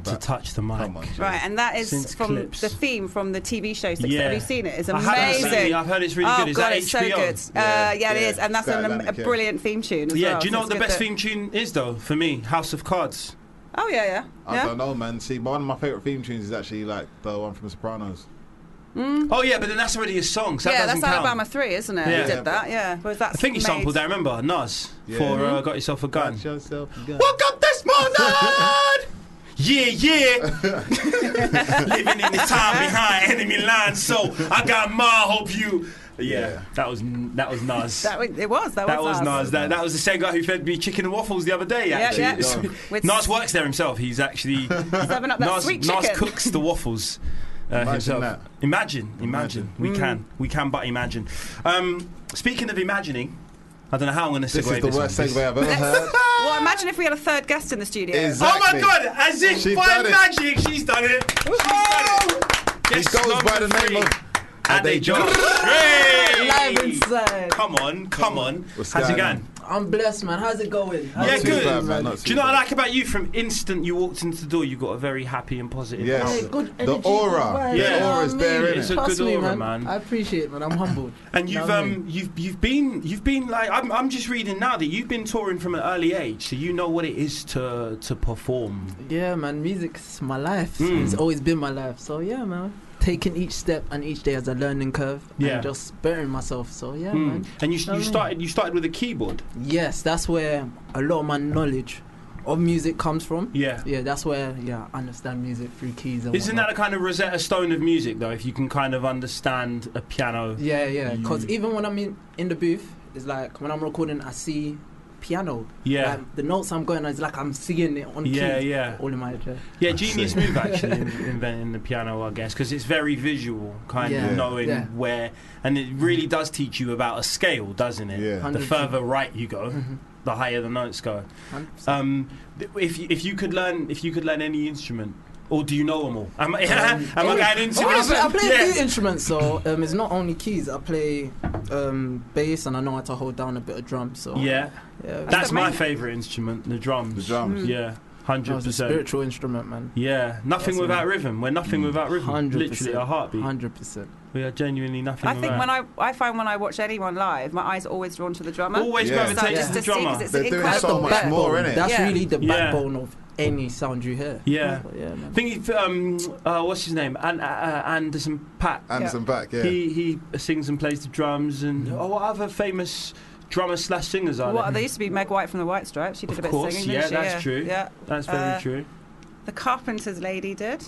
to touch the mic.
Right, and that is
Since
from
clips.
the theme from the TV show. Success.
Yeah.
Have you seen it? It's
I haven't seen
amazing.
it. I've heard it's really
oh,
good. Is
God,
that
it's so
HBO?
good.
Yeah.
Uh, yeah, it
Yeah.
is, and that's an, a
Atlantic, yeah.
brilliant theme tune. As
Yeah,
well,
do you
so
know
it's
what the
Oh, good
best
that-
theme tune is, though, for me? House of Cards.
Oh yeah, yeah.
I
yeah?
don't know, man. See, but one of my favorite theme tunes is actually like the one from The Sopranos.
Oh, yeah, but then that's already a song, so that
yeah,
doesn't
that's
count.
Alabama Three, isn't it?
Yeah.
He did that. Yeah, was that?
I think he
made-
sampled that, remember? Nas
Yeah.
for uh,
Mhm.
Got Yourself a Gun.
Woke up this morning.
Yeah, yeah. Living in the time behind enemy lines, so I got my hope you. Yeah, that was that was Nas.
That was, it was. That,
That was
us.
Nas. That, that was the same guy who fed me chicken and waffles the other day.
Yeah,
Actually,
yeah.
So-
With-
Nas works there himself. He's actually
Serving up that
Nas,
sweet
Nas
chicken.
cooks the waffles uh,
Imagine
himself.
that.
Imagine, imagine. We
Mm.
can, we can, but imagine. Um, speaking of imagining, I don't know how I'm going to segue.
This is the worst
one.
segue I've ever
This-
heard.
Well, imagine if we had a third guest in the studio.
Oh my God! As if
She's
by
done it.
magic, she's done it. She's done it. Guest
goes by
number
the
three.
name of
Ade
Ade
Jones.
Jones.
Hey!
Live inside.
Come on, come on. How's it
going
going?
I'm blessed, man. How's it going?
yeah,
How's it
good.
going,
Do you know what I like about you? From instant you walked into the door, you got a very happy and positive.
Yes.
outlook.
Yeah, good The energy, aura. good vibes, you know what I mean?
It's a
Trust
good
me,
aura,
man.
man.
I appreciate it, man. I'm humbled.
And
You know
you've
what I
um you've you've been you've been like I'm I'm just reading now that you've been touring from an early age, so you know what it is to to perform.
Yeah, man. Music's my life.
Mm.
It's always been my life. So yeah, man. Taking each step and each day as a learning curve.
Yeah.
And just bettering myself. So yeah,
Mm.
man.
And you
know what I
you
mean?
started you started with a keyboard.
Yes, that's where a lot of my knowledge
of music comes from.
Yeah.
Yeah, that's where yeah, I understand music through keys and
Isn't that a kind of Rosetta Stone of music, though? If you can kind of understand a Hmm. piano.
Yeah, yeah. Because
you-
even when I'm in, in the booth, it's like when I'm recording, I see piano.
Yeah.
Like, the notes I'm going, it's like I'm seeing it on
Yeah,
keys.
yeah.
All in my head.
Yeah, genius move actually in, inventing the piano, I guess, because it's very visual, kind
Yeah.
of knowing
Yeah.
where, and it really does teach you about a scale, doesn't it?
Yeah.
The
100%.
further right you go,
Mm-hmm.
the higher the notes go. Um, th- if you, if you could learn if you could learn any instrument, or do you know them all? Am, I am I going into
Oh, I
this?
play, I play a
Yeah.
few instruments, so um, it's not only keys. I play um, bass, and I know how to hold down a bit of drums. So
Yeah.
yeah.
That's my favourite instrument, the drums. The
drums. Mm.
Yeah,
That
hundred
was a
percent.
spiritual instrument, man.
Yeah, nothing
That's
without
it.
rhythm. We're nothing without rhythm.
100%.
Literally, a heartbeat.
Hundred percent.
We are genuinely nothing.
I think when I, I find when I watch anyone live, my eyes are always drawn to the drummer.
Always Yeah. gravitate to
just
the
to see, 'cause
drummer.
it's
They're doing
incredible.
so much
But-
more.
Backbone.
innit?
That's
Yeah.
really the
Yeah.
backbone of any sound you hear.
Yeah.
yeah man.
I think if, um, uh, what's his name? An- uh, uh, Anderson Pack.
Anderson Yeah. Paak, yeah.
He he sings and plays the drums and oh, what other famous drummer slash singers are
What,
there?
there used to be Meg White from the White Stripes. She did a
Of
bit
course,
of singing.
yeah,
didn't she?
that's true.
Yeah,
That's very
Uh,
true.
The Carpenters lady did.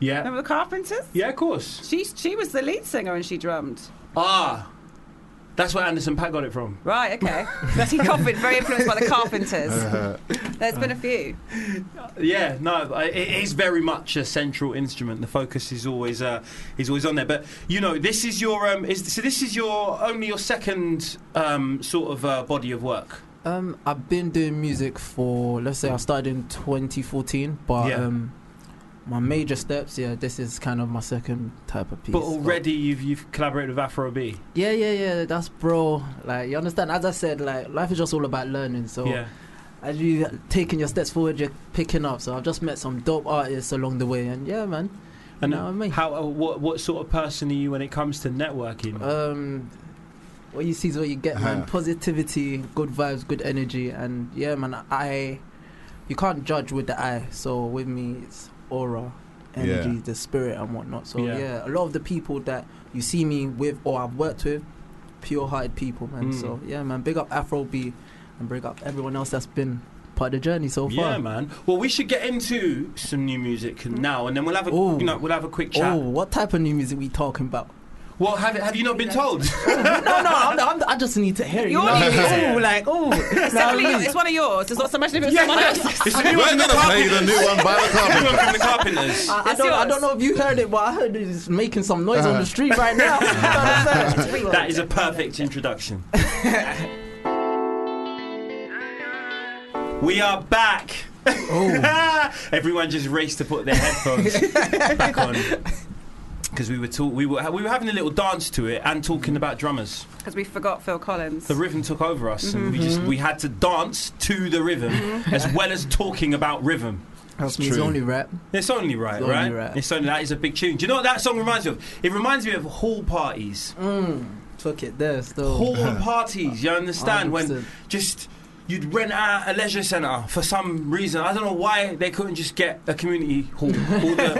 Yeah.
Remember the Carpenters?
Yeah, of course.
She she was the lead singer and she drummed.
Ah, that's where Anderson Pack got it from.
Right, okay. Betty Coffin, very influenced by the Carpenters. There's been a few.
Yeah, no, I- it is very much a central instrument. The focus is always uh, is always on there. But you know, this is your um, is so this is your only your second um, sort of uh, body of work.
Um, I've been doing music for let's say I started in 2014, but
Yeah.
um, my major steps, yeah, this is kind of my second type of piece.
But already you've you've collaborated with Afro B.
Yeah, yeah, yeah. That's bro. Like you understand? As I said, like life is just all about learning. So
Yeah.
as you taking your steps forward, you're picking up. So I've just met some dope artists along the way, and yeah, man.
And
you know what I mean?
how uh, what what sort of person are you when it comes to networking?
Um, what you see is what you get, man.
Uh-huh.
Positivity, good vibes, good energy, and yeah, man. I, you can't judge with the eye. So with me, it's aura, energy,
Yeah.
the spirit, and whatnot. So
Yeah.
yeah. a lot of the people that you see me with or I've worked with, pure-hearted people, man.
Mm.
So yeah, man. Big up Afrobeat, and big up everyone else that's been part of the journey so far.
yeah, man. Well, we should get into some new music now, and then we'll have a you know we'll have a quick chat.
Oh, what type of new music we talking about?
Well, have have you not been told?
no, no, I'm, I'm, I just need to hear it. You
Your
know?
new music.
Oh, like oh,
It's definitely it's one of yours. It's not so much if it's
Yeah.
someone else's.
It's the new one from the Carpenters.
New one from the Carpenters.
I, I, don't, I don't know if you heard it, but I heard it's making some noise
Uh-huh.
on the street right now.
that is a perfect introduction. we are back. Everyone just raced to put their headphones back on because we were talk- we were we were having a little dance to it and talking about drummers.
Because we forgot Phil Collins.
The rhythm took over us, and we just
Mhm.
we had to dance to the rhythm as well as talking about rhythm.
That's me, it's only rap.
It's only right,
It's only
right?
right.
It's only that is a big tune. Do you know what that song reminds me of? It reminds me of hall parties.
Mm, took it there still.
Hall parties, you understand? When just you'd rent out a leisure centre for some reason. I don't know why they couldn't just get a community hall. All the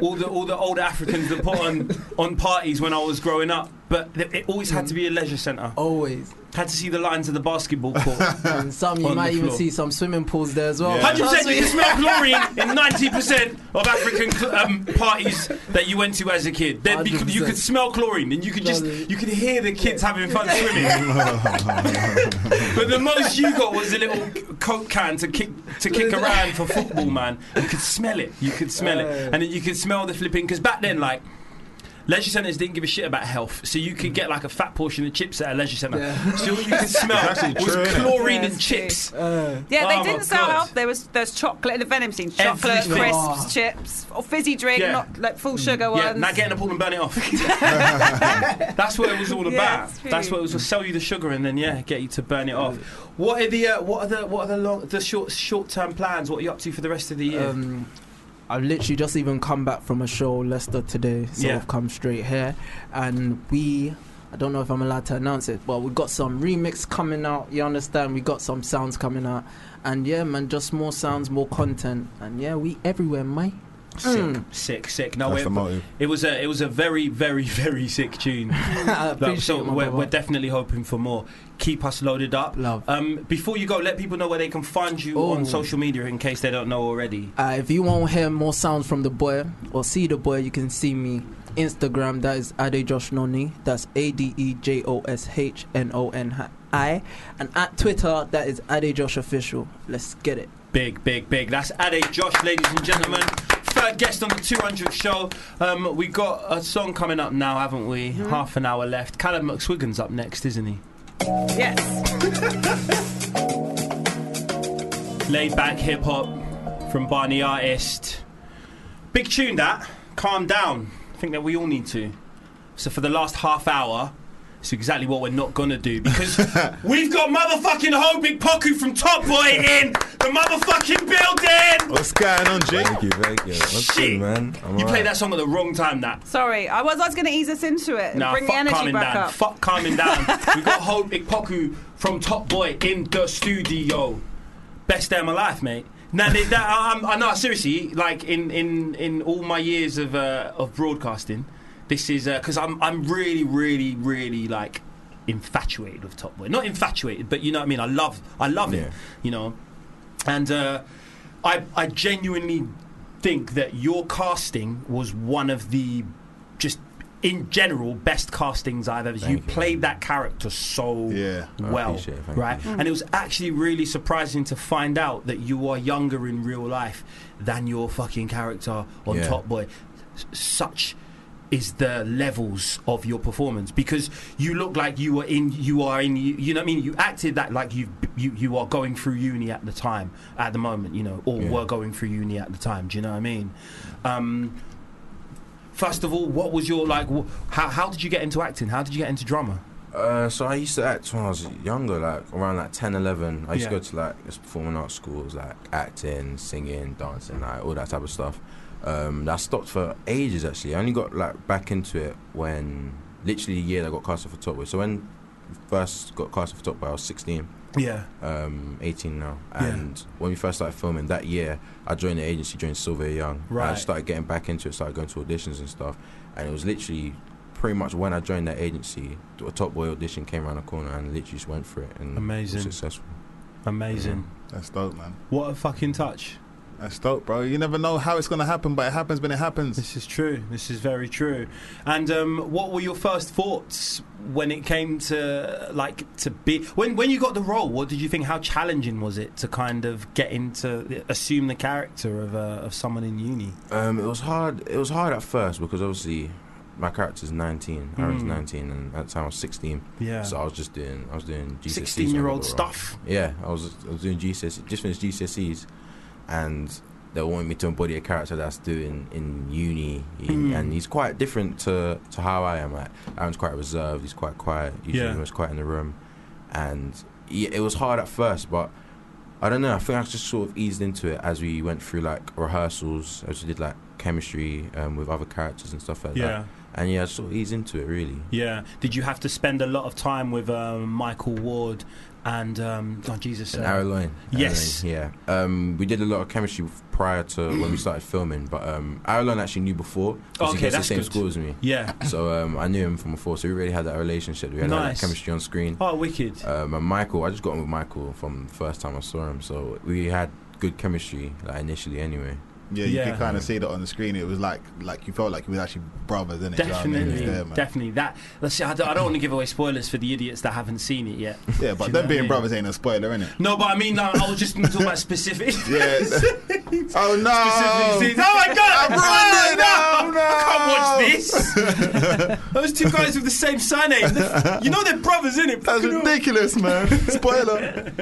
all the all the older Africans that put on on parties when I was growing up, but th- it always had to be a leisure
Oh.
centre.
Always
had to see the lines of the basketball court.
And some you
On the
might even
floor.
see some swimming pools there as well.
Hundred
Trust
percent,
me.
you can smell chlorine in ninety percent of African cl- um, parties that you went to as a kid. Then you could, you could smell chlorine, and you could just you could hear the kids having fun swimming. but the most you got was a little coke can to kick to kick around for football, man. You could smell it, you could smell it, and then you could smell the flipping. Because back then, like. Leisure centres didn't give a shit about health, so you could get like a fat portion of chips at a leisure centre.
Mm. Yeah.
So all you could smell
That's actually
was
true, innit?
chlorine
Yeah,
and chips.
Yeah,
Oh
they
my
didn't sell
God.
health. There was there's chocolate in the vending machine, chocolate,
Everything. Oh.
crisps, chips, or fizzy drink,
Yeah. Mm.
not like full sugar ones.
Yeah, now get in a pool and burn it off. That's what it was all
Yeah,
about.
it's true.
That's what it was. Sell you the sugar and then yeah, get you to burn it off. What are the uh, what are the what are the long the short short term plans? What are you up to for the rest of the year?
Um, I've literally just even come back from a show Leicester today, so
Yeah.
I've come straight here, and we. I don't know if I'm allowed to announce it, but we got some remix coming out. You understand? We got some sounds coming out, and yeah, man, just more sounds, more content, and yeah, we everywhere, mate.
Sick,
Mm.
sick, sick. No,
That's
it,
the motive.
it was a it was a very, very, very sick tune. Like,
appreciate
so
it, my
we're,
brother.
we're definitely hoping for more. Keep us loaded up. Love. Um, before you go, let people know where they can find you on
Ooh.
social media in case they don't know already.
Uh, if you want to hear more sounds from the boy or see the boy, you can see me. Instagram, that is Ade Josh Noni. That's A D E J O S H N O N I. And at Twitter, that is Ade Josh Official. Let's get it.
Big, big, big. That's Ade Josh, ladies and gentlemen. Third guest on the 200 show. Um, we got a song coming up now, haven't we?
Mm-hmm.
Half an hour left. Callum McSwiggan's up next, isn't he?
Yes.
laid back hip hop from Barney Artist. Big tune that. Calm down. I think that we all need to. So for the last half hour, it's exactly what we're not gonna do because we've got motherfucking Hobig Poku from Top Boy in the motherfucking building.
What's going on, Jake? Thank you, thank you.
Shit.
What's good, man? I'm
You
alright.
played that song at the wrong time. That.
Sorry, I was I was going to ease us into it and
Nah,
bring the
fuck
energy
calming
back
down.
up.
Fuck calming down. we got Hobig Poku from Top Boy in the studio. Best day of my life, mate. Now, they- that, I, I'm, I know, seriously, like in, in, in all my years of, uh, of broadcasting, this is because I'm, I'm really, really, really like infatuated with Top Boy. Not infatuated, but you know what I mean? I love, I love it, you know? And uh, I, I genuinely think that your casting was one of the just in general best castings I've ever. you played that character so well,
appreciate it, thank
right?
you.
And it was actually really surprising to find out that you are younger in real life than your fucking character on
Yeah.
Top Boy. S- such is the levels of your performance because you look like you were in you are in you, you know what I mean you acted that like you you you are going through uni at the time at the moment you know or
Yeah.
were going through uni at the time do you know what I mean um first of all what was your like wh- how how did you get into acting how did you get into drama
Uh, so I used to act when I was younger, like around like 10, 11. I used
Yeah.
to go to like this performing arts schools, like acting, singing, dancing, like all that type of stuff. Um, that stopped for ages actually. I only got like back into it when literally the year that I got casted for Top Boy. So when first got casted for Top Boy, I was 16.
Yeah.
Um, 18 now.
Yeah.
And when we first started filming that year, I joined the agency, joined Silver Young. And I
Right.
started getting back into it, started going to auditions and stuff. And it was literally pretty much when I joined that agency, a Top Boy audition came around the corner and literally just went for it and
Amazing.
was successful.
amazing
That's dope, man.
what a fucking touch
That's dope, bro. You never know how it's gonna happen, but it happens when it happens.
This is true. This is very true. And um, what were your first thoughts when it came to like to be when when you got the role? What did you think? How challenging was it to kind of get into assume the character of uh, of someone in uni?
Um, it was hard. It was hard at first because obviously my character's 19. Aaron's
Mm.
19, and at the time I was 16.
Yeah.
So I was just doing. I was doing GCSEs. when I
16-year-old
got the
stuff.
E role. Yeah, I was. I was doing GCSEs. E, Just finished GCSEs, and they wanted me to embody a character that's doing in uni,
Mm.
and he's quite different to to how I am. Like Aaron's quite reserved. He's quite quiet. Usually
Yeah.
he was quiet in the room, and yeah, it was hard at first, but. I don't know. I think I just sort of eased into it as we went through like rehearsals, as we did like chemistry um, with other characters and stuff like
Yeah.
that. And yeah, I sort of eased into it really.
Yeah. Did you have to spend a lot of time with um, Michael Ward and um, oh Jesus?
And
uh,
Aaron Loin.
Yes.
Aaron Loin, yeah. Um, we did a lot of chemistry prior to when we started filming, but um, Aaron Loin actually knew before because
Okay,
he goes to the
that's
same
good.
school as me.
Yeah.
So um, I knew him from before, so we already had that relationship. We had that
Nice.
chemistry on screen.
Oh, wicked.
Um, and Michael, I just got on with Michael from the first time I saw him, so we had good chemistry like initially anyway.
Yeah, you could kind of see that on the screen. It was like, like you felt like you were actually brothers, didn't it? Do you know what I mean? It was
Definitely,
there, man.
definitely. That. Let's see. I don't, I don't want to give away spoilers for the idiots that haven't seen it yet. Do
Yeah, but
you know
them
what I
being
mean?
brothers ain't a spoiler, innit?
No, but I mean, no, I was just talking about specific.
Yeah. oh no!
Specific scenes. Oh my god!
I ruined it.
Oh,
Oh,
no. I can't watch this. Those two guys with the same surname. You know they're brothers, innit? That's
ridiculous, man. Spoiler.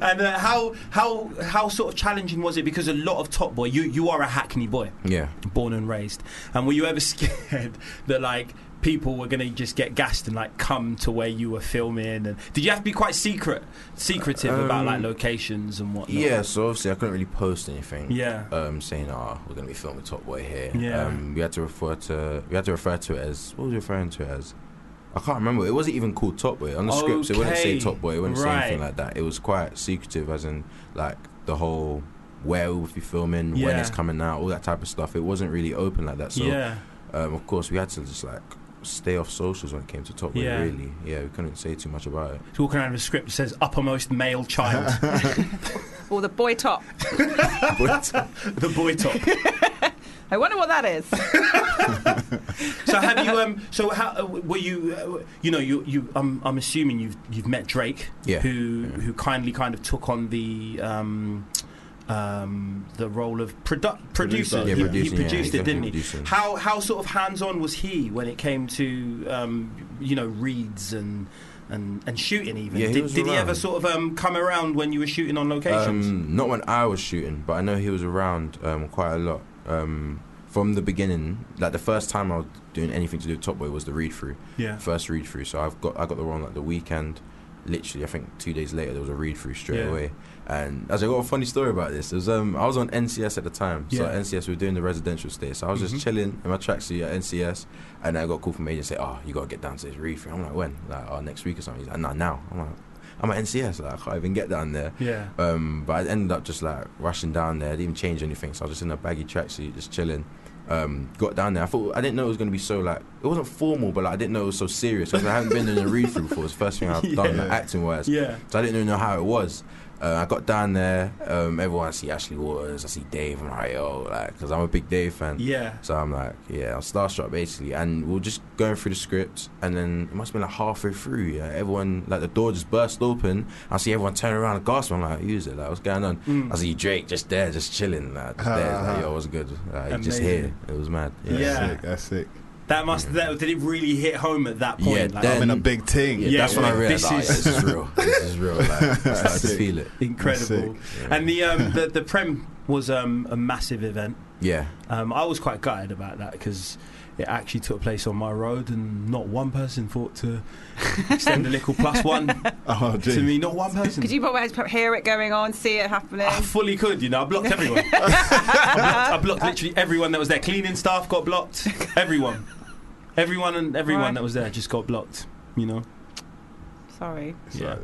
and uh, how how how sort of challenging was it? Because a lot of Top Boy, you you are a Hackney boy,
Yeah.
born and raised. And were you ever scared that like? People were gonna just get gassed and like come to where you were filming, and did you have to be quite secret, secretive about
Um,
like locations and whatnot?
Yeah, so obviously I couldn't really post anything.
Yeah.
Um, saying, "Ah, we're gonna be filming Top Boy here."
Yeah.
Um, we had to refer to we had to refer to it as what was we referring to it as. I can't remember. It wasn't even called Top Boy on the scripts. It wouldn't say
Okay.
Top Boy. It wouldn't say anything
Right.
like that. It was quite secretive, as in like the whole where we'll be filming, when
Yeah.
it's coming out, all that type of stuff. It wasn't really open like that. So,
Yeah.
um, of course, we had to just like stay off socials when it came to Top Boy.
Yeah.
Really, yeah, we couldn't say too much about it.
He's walking around with a script that says uppermost male child.
Or the boy top.
the boy top.
I wonder what that is.
So have you? Um, so how uh, were you? Uh, you know, you you. I'm I'm assuming you've you've met Drake,
Yeah.
who who kindly kind of took on the. Um, um, the role of produ- producer.
Yeah,
He- he,
producing, yeah,
produced
he's
it, didn't
definitely
he?
producing.
How how sort of hands on was he when it came to um, you know reads and and, and shooting even?
Yeah, he
did
was
did he ever
around.
sort of um, come around when you were shooting on locations?
Um, not when I was shooting, but I know he was around um, quite a lot um, from the beginning. Like the first time I was doing anything to do with Top Boy was the read through.
Yeah.
First read through. So I've got I got the role on like the weekend. Literally, I think two days later there was a read through straight
Yeah.
away. And as I got a funny story about this, it was um, I was on NCS at the time. So
Yeah.
at NCS we were doing the residential stay. So I was
Mhm.
just chilling in my tracksuit at NCS, and I got a call from agent say, "Oh, you gotta get down to this read through." I'm like, "When? Like, oh, next week or something?" He's like, "No, now." I'm like, "I'm at NCS. Like, I can't even get down there."
Yeah.
Um, but I ended up just like rushing down there. I didn't even change anything, so I was just in a baggy tracksuit, just chilling. Um, got down there. I thought I didn't know it was going to be so like it wasn't formal, but like, I didn't know it was so serious because I haven't been in a read through before. It's the first thing I've done like,
Yeah.
acting wise.
Yeah.
So I didn't even know how it was. Uh, I got down there. Um, everyone I see Ashley Waters. I see Dave. I'm like yo, like because I'm a big Dave fan.
Yeah.
So I'm like, yeah, I was starstruck basically, and we are just going through the script, and then it must have been like halfway through, yeah, everyone like the door just burst open. I see everyone turn around and gasp. I'm like, who's it? Like, what's going on?
Mm.
I see Drake just there, just chilling, like, just there. Like, yo, what's good? Like, he just
Amazing.
here. It was mad.
Yeah. That's sick,
that's sick.
That must that did it really hit home at that point?
"Mm." Yeah, then- I'm in a
big thing.
Yeah, that's when I realised, oh, yeah, this is real. This is real. Like, I started to
Sick.
feel it.
Incredible. And the um, the the prem was um, a massive event.
Yeah.
Um, I was quite gutted about that because it actually took place on my road, and not one person thought to extend a little plus one
Oh,
Oh,
to me. Not one person.
Could you probably put- hear it going on, see it happening?
I fully could, you know. I blocked everyone. I, blocked, I blocked literally everyone that was there. Cleaning staff got blocked. Everyone, everyone, and everyone that was there just got blocked. You know.
Sorry.
Yeah.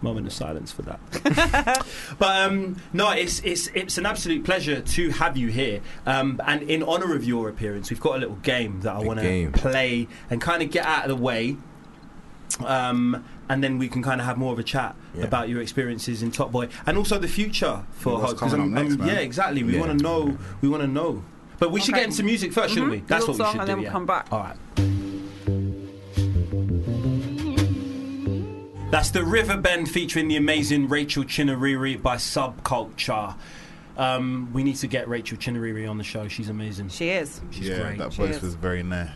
Moment of silence for that. but um, no, it's it's it's an absolute pleasure to have you here. Um, and in honor of your appearance, we've got a little game that I want to
game.
play and kind of get out of the way. Um, and then we can kind of have more of a chat
Yeah.
about your experiences in Top Boy and also the future for
What's
Hope. 'cause
coming up next, man.
yeah, exactly. We
Yeah.
want to know. We want to know. But we should
Okay.
get into music 1st should shouldn't we?
Mhm.
That's
Little
what we
song
should do.
and then we'll
yeah.
come back.
All right. That's the River Bend featuring the amazing Rachel Chinariri by Subculture. Um, we need to get Rachel Chinariri on the show. She's amazing.
She is.
She's
yeah,
great.
that voice was very nice.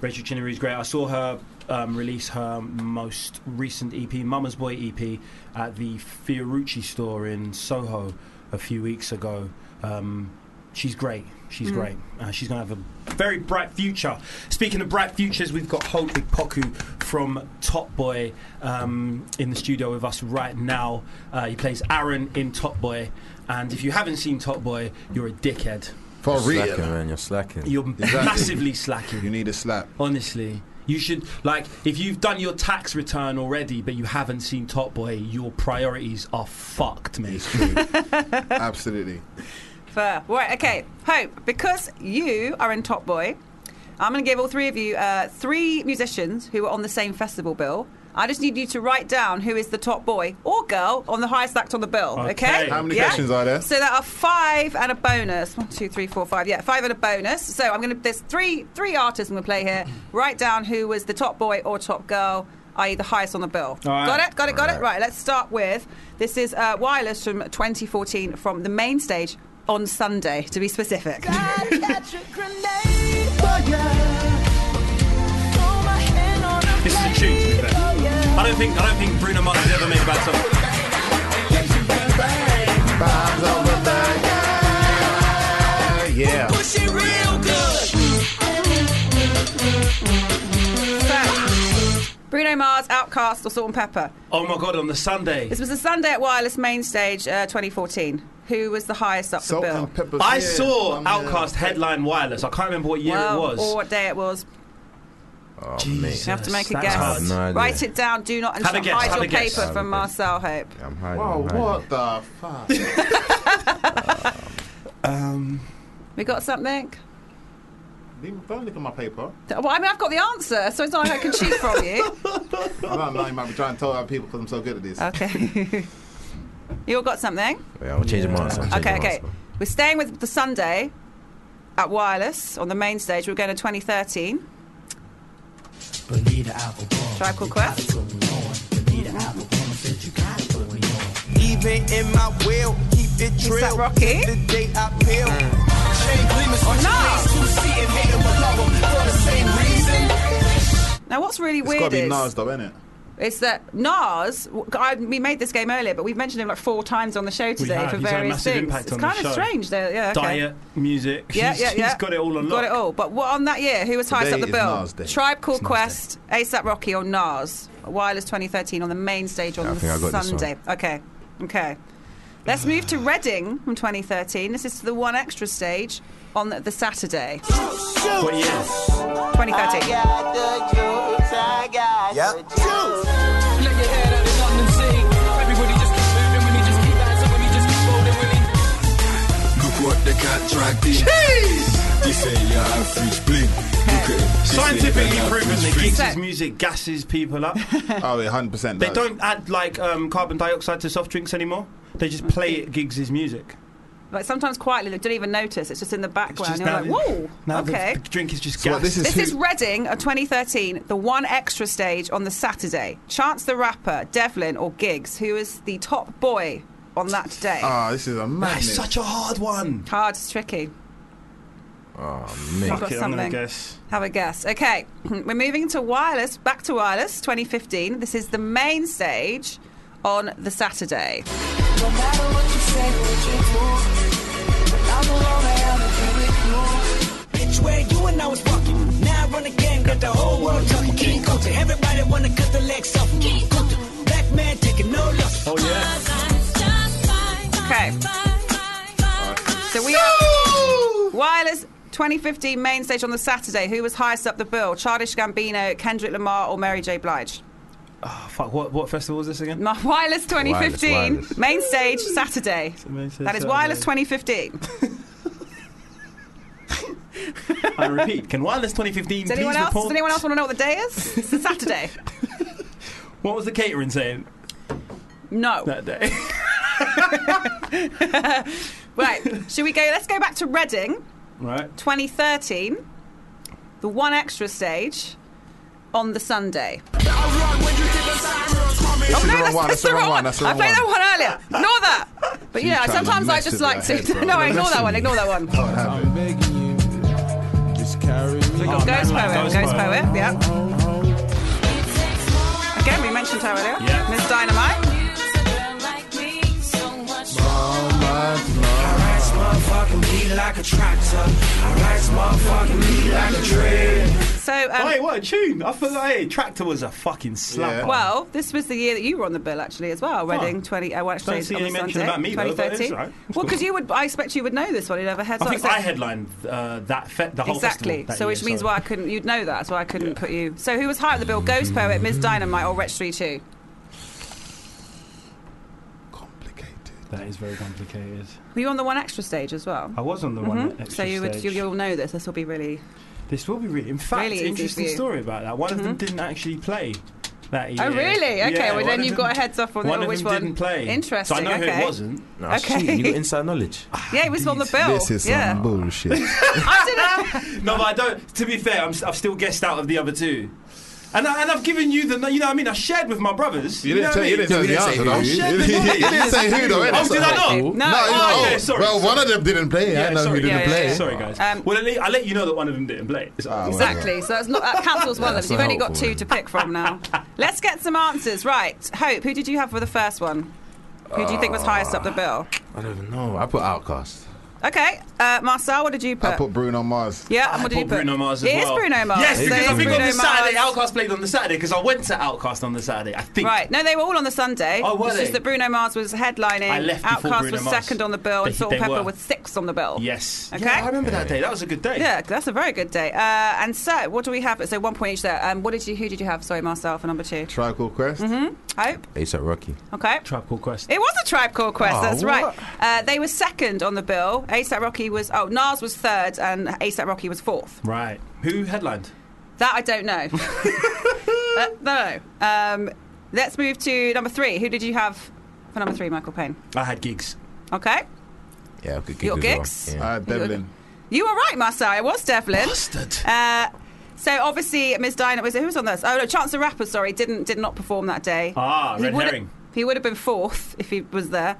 Rachel Chinnery is great. I saw her um, release her most recent EP, Mama's Boy EP, at the Fiorucci store in Soho a few weeks ago. Um, she's great. She's
Mm.
great. Uh, she's going to have a very bright future. Speaking of bright futures, we've got Hope Poku from Top Boy um, in the studio with us right now. Uh, he plays Aaron in Top Boy. And if you haven't seen Top Boy, you're a dickhead.
You're slacking, man. You're slacking.
You're massively slacking. You
need a slap.
Honestly. You should, like, if you've done your tax return already, but you haven't seen Top Boy, your priorities are fucked, mate.
Absolutely.
Fair. Right, okay. Hope, because you are in Top Boy, I'm going to give all three of you uh, three musicians who were on the same festival bill. I just need you to write down who is the top boy or girl on the highest act on the bill, okay?
Okay. How many questions are there?
So there are five and a bonus. One, two, three, four, five. Yeah, five and a bonus. So I'm going to, there's three three artists I'm going to play here. write down who was the top boy or top girl, i.e., the highest on the bill.
All right.
Got it? Got it? Got
All
it?
right.
Right, let's start with this is uh, Wireless from 2014 from the main stage on Sunday, to be specific.
This is a tune, to be fair. I don't think, I don't think Bruno Mars has ever made a bad song.
Yeah.
Push it real
Bruno Mars, Outcast, or Salt and Pepper.
Oh my god, on the Sunday.
This was a Sunday at Wireless main stage uh, 2014. Who was the highest up the bill?
I
Oh,
Oh,
saw Outcast headline wireless. I can't remember what year
Well,
it was.
Or what day it was.
Oh,
Oh, You have to make a guess. Write it down. Do not and
Have a guess,
hide
have
your
a guess.
paper
Have a
from
guess.
Marcel Hope.
I'm hiding.
Whoa,
I'm hiding.
Oh, what the fuck?
um,
We got something.
leave- don't look at my paper.
Well, I mean, I've got the answer, so it's not like I can cheat from you.
I don't know. You might be trying to tell other people because I'm so good at this.
Okay. You all got something?
Yeah, I'll change my answer. I'll change
Okay,
my
okay.
answer.
We're staying with the Sunday at Wireless on the main stage. We're going to 2013. Tribe Called Quest.
Even in my will, keep it trill. Rocky? The day I peel.
Mm.
Chain gleamers on your face, two seated, hating with love 'em for the same reason.
Now, what's really
It's got
weird
to be
is
Nas, though, innit?
It's that Nas, w- I, we made this game earlier, but we've mentioned him like four times on the show today
have.
for
He's had a
various
massive
things.
impact
it's
on the
kind of
show.
strange, though. Yeah, okay.
diet, music.
Yeah,
he's,
yeah, yeah.
He's got it all on
Got
lock.
it all. But what on that year? Who was highest up
Today
the
is
bill?
Nas Day.
Tribe Called
It's Nas
Quest, ASAP Rocky, or Nas? Wireless 2013 on the main stage on
Yeah, I
the
think I got this
Sunday. Okay, okay. Let's move to Reading from 2013. This is the one extra stage on the Saturday.
What year?
2013.
Yeah.
Look what the cat dragged in. Jeez! They say your average bling. Look at it. They say
Scientifically
your
proven
average
that
bling.
Geeks' music gasses people up.
Oh, yeah, 100%.
They
does.
don't add like um, carbon dioxide to soft drinks anymore. They just play it Giggs' music.
Like sometimes quietly, they don't even notice. It's just in the background.
just
You're like,
now
whoa.
Now the-
okay.
the, drink is just
So what,
gas.
this is
This is Reading of 2013, the one extra stage on the Saturday. Chance the Rapper, Devlin, or Giggs, who is the top boy on that day.
Ah, this is a
That
madness.
is such a hard one.
Hard, it's tricky.
Ah,
Oh,
I've
mate.
got something. Have a guess. Okay, we're moving to Wireless, back to Wireless 2015. This is the main stage on the Saturday.
No matter what you say, what you do, I'm alone, I am okay with you. Bitch, where you and I was walking. Now I run the game, got the whole world talking. King culture, everybody wanna cut the legs off. King culture, black man taking no loss.
Oh yeah.
Okay. So we have Wireless 2015 main stage on the Saturday. Who was highest up the bill? Childish Gambino, Kendrick Lamar, or Mary J. Blige?
Oh, fuck. What what festival is this again?
My Wireless 2015
Wireless, wireless.
main stage Saturday.
main stage
that is
Saturday.
Wireless 2015.
I repeat. Can Wireless 2015
Does anyone
please
else? Does
report?
anyone else want to know what the day is? It's a Saturday.
What was the catering saying
No.
that day?
Right. Should we go? Let's go back to Reading,
right.
2013, the one extra stage on the Sunday. Oh,
This is
no,
the wrong
that's-
one. That's the wrong one. That's the
I
wrong one.
played that one earlier. Ignore that. But
You
yeah,
trying to
sometimes I
mess
just
with
like
my
to.
head, bro.
no,
Don't
ignore
mess with
that one.
me.
Ignore that one.
I'm
begging you, just carry me.
Oh,
Got Ghost Poet. Ghost Poet. Yeah. Again, we mentioned her earlier.
Yeah.
Miss Dynamite. So, um,
Wait, what a tune! I forgot. Hey, Tractor was a fucking slap.
Well, this was the year that you were on the bill, actually, as well. Reading 20. Uh, well, actually,
Don't see
on
any
the
mention
Sunday,
about me, though, but it's
2013.
all right.
Well, because you would, I expect you would know this one. You'd have a heads
I
up.
think
So-
I headlined uh, that fe- the whole
exactly.
festival. that
so,
year,
which means why I couldn't. You'd know that. That's why I couldn't put you. So, who was higher on the bill? Ghost
Mm-hmm.
Poet, Ms. Dynamite, or Wretch 32?
That is very complicated.
Were you on the one extra stage as well?
I was on the one
Mhm.
extra
So you would,
stage.
you, you'll know this. This will be really.
This will be really. In fact,
Really easy
interesting
for you. Mm-hmm.
story about that. One of them didn't actually play that year.
Oh really? Okay.
Yeah,
well
one
then
of
you've
them-
got a heads up on
one of
which
them
one.
didn't play.
Interesting.
So I know
okay.
who it wasn't.
No,
Okay.
cheating. You got inside knowledge.
Yeah, he was on the bill. yeah.
bullshit.
I didn't.
No, but I don't. To be fair, I'm, s- I've still guessed out of the other two. And, I, and I've given you the, you know what I mean? I shared with my brothers.
You
know
didn't tell-
what I
you
mean?
didn't tell us the
I
answer, though.
shared the
You
knowledge.
didn't say who, though, innit?
Oh, did I not?
No, No, you
Oh,
know.
yeah, sorry.
Well,
sorry.
one of them didn't play. I know who
sorry,
didn't
yeah, yeah,
play. Um,
yeah, Sorry, guys.
Um,
well, at least, I let you know that one of them didn't play.
Exactly. So that's not that cancels one of
That's
them. You've
not
only got
helpful,
two to pick from now. Let's get some answers. Right. Hope. Who did you have for the first one? Who do you think was highest up the bill?
I don't even know. I put Outcast.
Okay, uh, Marcel, what did you put?
I put Bruno Mars.
Yeah, and what did you put? It is Bruno Mars.
Yes,
So
because I
it's
think on
Bruno
the Saturday,
Mars.
Outcast played on the Saturday because I went to Outcast on the Saturday. I think.
Right. No, they were all on the Sunday.
Oh, were
it's just
they?
that Bruno Mars was headlining.
I left before
Outcast
Bruno
was
Mars.
second on the bill,
They-
and Salt
they
and Pepper
were.
was sixth on the bill.
Yes.
Okay.
I remember that day. That was a good day.
Yeah, that's a very good day. Uh, and so, what do we have? So, one point each there. Um, what did you? Who did you have? Sorry, Marcel for number two.
Tribe Called Quest.
Mm-hmm. Hope.
ASAP Rocky.
Okay.
Tribe Called Quest.
It was a Tribe Called Quest.
Oh,
that's
what?
right. Uh, they were second on the bill. ASAP Rocky was. Oh, Nas was third, and ASAP Rocky was fourth.
Right. Who headlined?
That I don't know. Uh, no. Um, let's move to number three. Who did you have for number three? Michael Payne.
I had gigs.
Okay.
Yeah, good gig
Your
as well.
gigs?
Yeah.
Uh, Devlin. You were right, Marcel. It was Devlin.
Bastard.
Uh, so obviously, Miss Dinah was it- who was on this? Oh no, Chance the Rapper. Sorry, didn't did not perform that day.
Ah, red
would've-
herring.
He would have been fourth if he was there.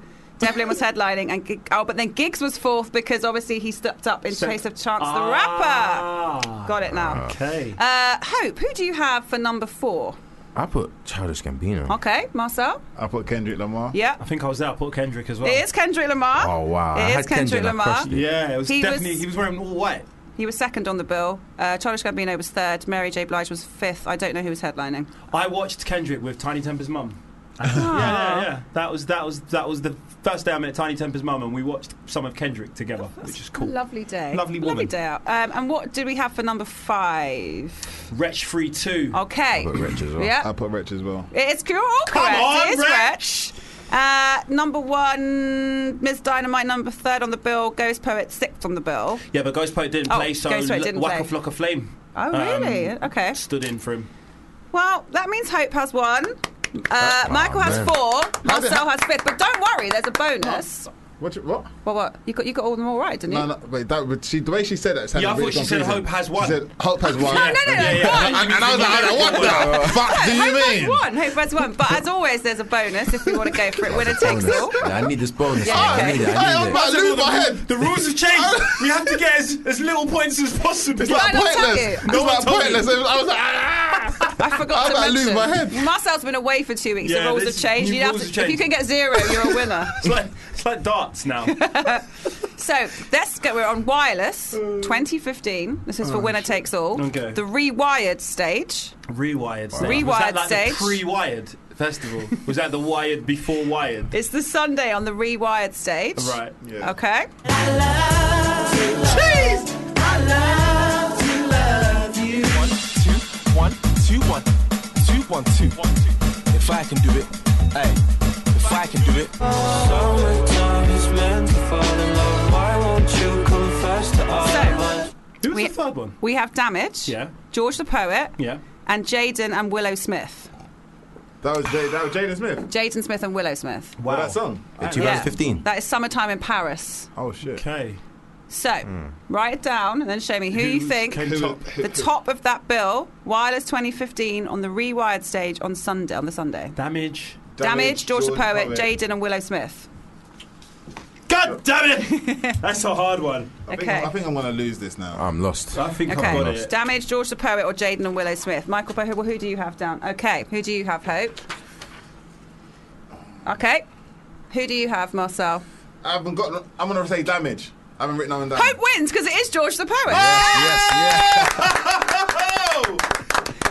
Devlin was headlining, and Gig- oh, but then Giggs was fourth because obviously he stepped up in
So-
place of Chance the
Ah.
Rapper. Got it now.
Okay.
Uh, Hope, who do you have for number four?
I put Childish Gambino.
Okay, Marcel.
I put Kendrick Lamar.
Yeah.
I think I was there. I put Kendrick as well.
It is Kendrick Lamar.
Oh, wow.
It
I
is
had
Kendrick
Kendrick, I
Lamar.
crushed it.
Yeah, it was
He
definitely.
was-
he was wearing all white.
He was second on the bill. Uh, Childish Gambino was third. Mary J. Blige was fifth. I don't know who was headlining.
I watched Kendrick with Tiny Temper's mum.
Ah.
yeah, yeah, yeah. That was that was that was the first day I met Tiny Temper's mum, and we watched some of Kendrick together, which is cool.
Lovely day.
Lovely
Lovely
woman.
day out. Um, and what did we have for number five?
Wretch Free Two.
Okay. Yeah.
I put Wretch as well.
It's you're all
Come
correct.
on,
it is
Wretch.
Uh, number one, Miss Dynamite. Number third on the bill. Ghost Poet sixth on the bill.
Yeah, but Ghost Poet didn't
Oh,
play, so
Ghost Poet
L-
didn't
Whack a
play.
Flock of Flame.
Oh,
um,
really? okay.
Stood in for him.
Well, that means Hope has one. Uh, Michael has
Oh, man.
four. Marcel has fifth. But don't worry, there's a bonus.
What? you- What?
Well, what? You got you got all of them all right, didn't you?
No, no, wait, that, but she, the way she said that sounded
Yeah, I thought
really
she said
confusing.
Hope has one.
She said Hope has one.
Oh, No, no, no, no, one.
And, and I was like, what the fuck do you
Hope has
mean?
one. Hope has one. But as always, there's a bonus if you want to go for it. Winner takes all.
Yeah, I need this bonus.
Yeah,
man.
okay.
I need it.
Hey,
I
I'm
need
about
it.
to lose my
head.
The rules have changed. we have to get as, as little points as possible.
It's like
Did I not tell
pointless.
you?
It's like pointless. I was like,
I forgot
I'm
to
about to
mention.
lose my
Marcel's been away for two weeks.
Yeah,
the rules have
this-
changed.
new
You'd have
rules
to,
have
If you
changed.
can get zero, you're a winner.
It's like it's like darts now.
so let's go. We're on Wireless 2015. This is for
Oh,
Winner Takes All.
Okay.
The Rewired stage.
Rewired stage.
Rewired
Was that like
stage.
the pre-wired festival? Was that the wired before wired?
It's the Sunday on the Rewired stage.
Right. Yeah.
Okay.
One, two, one, two, one, two, one, two, one, two. If I can do it, hey, if I can do it.
Oh.
Summertime is meant to fall in love. Why won't you confess to us?
So,
Who was the third one?
We have Damage.
Yeah.
George the Poet.
Yeah.
And Jaden and Willow Smith.
that was Jay, that was Jaden Smith.
Jaden Smith and Willow Smith.
Wow. that song.
In 2015.
That is Summertime in Paris.
Oh shit.
Okay.
So, write it down and then show me who you
Who's
think
came top?
the top of that bill, Wireless 2015 on the Rewired stage on Sunday on the Sunday.
Damage.
Damage, George, the Poet, Jaden and Willow Smith.
God damn it! That's a hard one.
Okay.
I think I'm gonna lose this now.
I'm lost.
I think
Okay. Damage, George the Poet or Jaden and Willow Smith. Michael Poe, who, who do you have down? Okay, who do you have, Hope? Okay. Who do you have, Marcel?
I haven't got. I'm gonna say damage. I haven't written down damage.
Hope wins because it is George the Poet.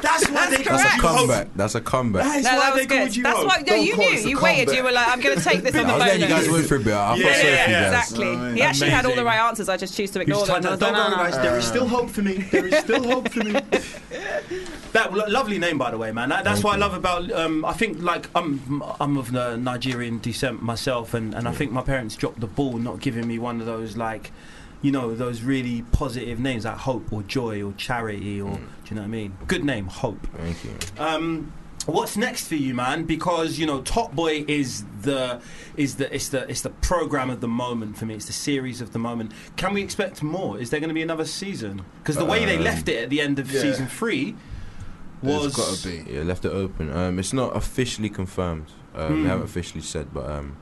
That's what they
That's a
correct.
comeback. That's a comeback.
No, that was good. That's why no, you knew. You waited. You were like, I'm going to take this on
I
the
was letting you guys
bonus.
wait for a bit. I
Yeah,
felt sorry for you
yeah,
guys.
Exactly. He actually had all the right answers. I just choose to ignore them.
Don't worry, guys. There is still hope for me. There is still hope for me. That lo- lovely name, by the way, man. That, that's what I love about. Um, I think like I'm, I'm of the Nigerian descent myself, and, and I think my parents dropped the ball not giving me one of those like, you know, those really positive names like hope or joy or charity or do you know what I mean? Good name, hope.
Thank you.
Um, what's next for you, man? Because you know, Top Boy is the is the it's the it's the program of the moment for me. It's the series of the moment. Can we expect more? Is there going to be another season? Because the way they
Um,
left it at the end of
yeah.
season three was
Yeah, left it open. Um, it's not officially confirmed. Um,
Hmm.
They haven't officially said, but um,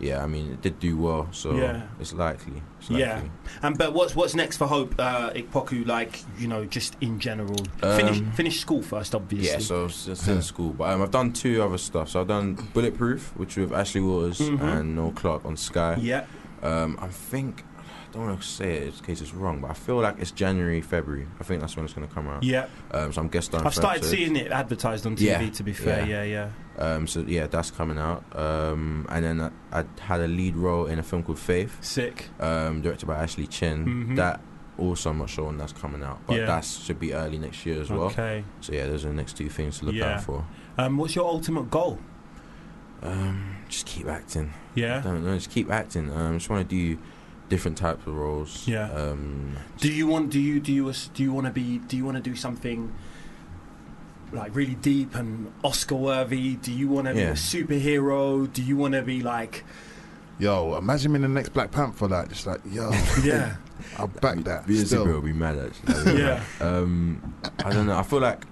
yeah, I mean, it did do well, so
Yeah.
it's likely. It's likely.
Yeah, and but what's what's next for Hope uh, Ikpoku? Like you know, just in general,
Um,
finish finish school first, obviously.
Yeah, so it's it's in school. But um, I've done two other stuff. So I've done Bulletproof, which with Ashley Waters
Mhm.
and Noel Clark on Sky.
Yeah.
Um, I think don't want to say it in case it's wrong, but I feel like it's January, February. I think that's when it's going to come out.
Yeah.
Um, so I'm guessing.
I've started seeing it advertised on TV. To be fair, yeah, yeah.
Um, so yeah, that's coming out. Um, and then I, I had a lead role in a film called Faith.
Sick.
Um, directed by Ashley Chin.
Mhm.
That also I'm not sure when that's coming out, but
Yeah.
that should be early next year as well.
Okay.
So yeah, those are the next two things to look
Yeah.
out for.
Um, what's your ultimate goal?
Um, just keep acting.
Yeah.
I don't know. Just keep acting. Um, just want to do different types of roles.
Yeah.
Um,
Do you want? Do you do you do you want to be? Do you want to do something like really deep and Oscar worthy? Do you want to be
Yeah.
a superhero? Do you want to be like?
Yo, imagine me in the next Black Panther, like just like yo,
Yeah.
I'll back that.
Being
still.
superhero would be mad actually.
Yeah.
Um, I don't know. I feel like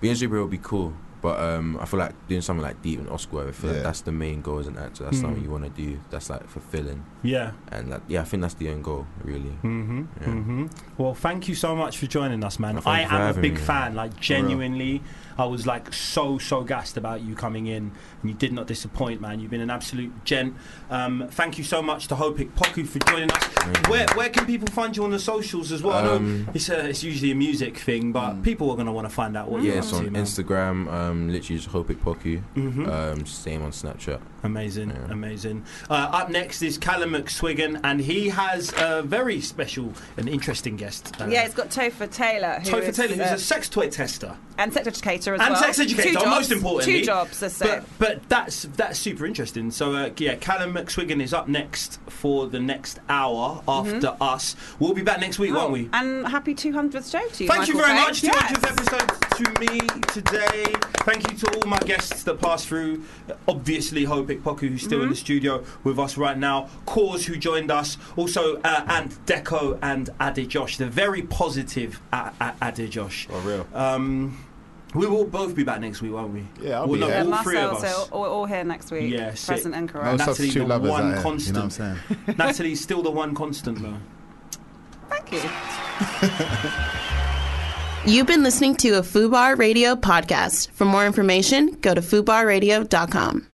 being superhero would be cool, but um, I feel like doing something like deep and Oscar. I feel
Yeah.
like that's the main goal as an actor. That's
Mm.
something you want to do. That's like fulfilling.
Yeah.
And like, yeah, I think that's the end goal really.
Mm-hmm.
Yeah.
hmm Well, thank you so much for joining us, man.
thank
I
you for
am a
having
big
me.
fan. Like genuinely, I was like so so gassed about you coming in, and you did not disappoint, man. You've been an absolute gent. Um, thank you so much to Hopik Poku for joining us. Where where can people find you on the socials as well? I
Um, Mm.
know it's a, it's usually a music thing, but people are gonna want to find out what
yeah,
you're up
it's
to,
on
man.
Instagram. Um, literally just Hopic Poku.
Mhm.
Um, same on Snapchat.
Amazing, amazing. Uh, up next is Callum McSwiggan, and he has a very special and interesting guest. Uh,
yeah, it's got Topher Taylor. who
Topher
is,
Taylor, who's
uh,
a sex toy tester.
and sex educator as
and
well.
sex educator,
Two jobs,
most importantly.
Two jobs, I say.
But, but that's that's super interesting. So uh, yeah, Callum McSwiggan is up next for the next hour after
Mm-hmm.
us. We'll be back next week,
Oh.
won't we?
And happy 200th show to you.
Thank you very
Michael Bay.
much. 200th episode to me today. Thank you to all my guests that passed through. Obviously, Hopik Poku, who's still in
Mm-hmm.
the studio with us right now. Cause, who joined us. Also, uh, and Deco and Adi Josh. The very positive A- A- Adi Josh.
Oh.
For
real.
Um, we will both be back next week, won't we?
Yeah,
we'll know all
Marcel,
three of us.
so we're all here next week.
Yeah, sick.
present and
No
correct.
Natalie,
substitute
the
lovers
one
out here, You know what I'm
constant.
saying?
Natalie's still the one constant, though.
Thank you.
You've been listening to a Fubar Radio podcast. For more information, go to fubarradio.com.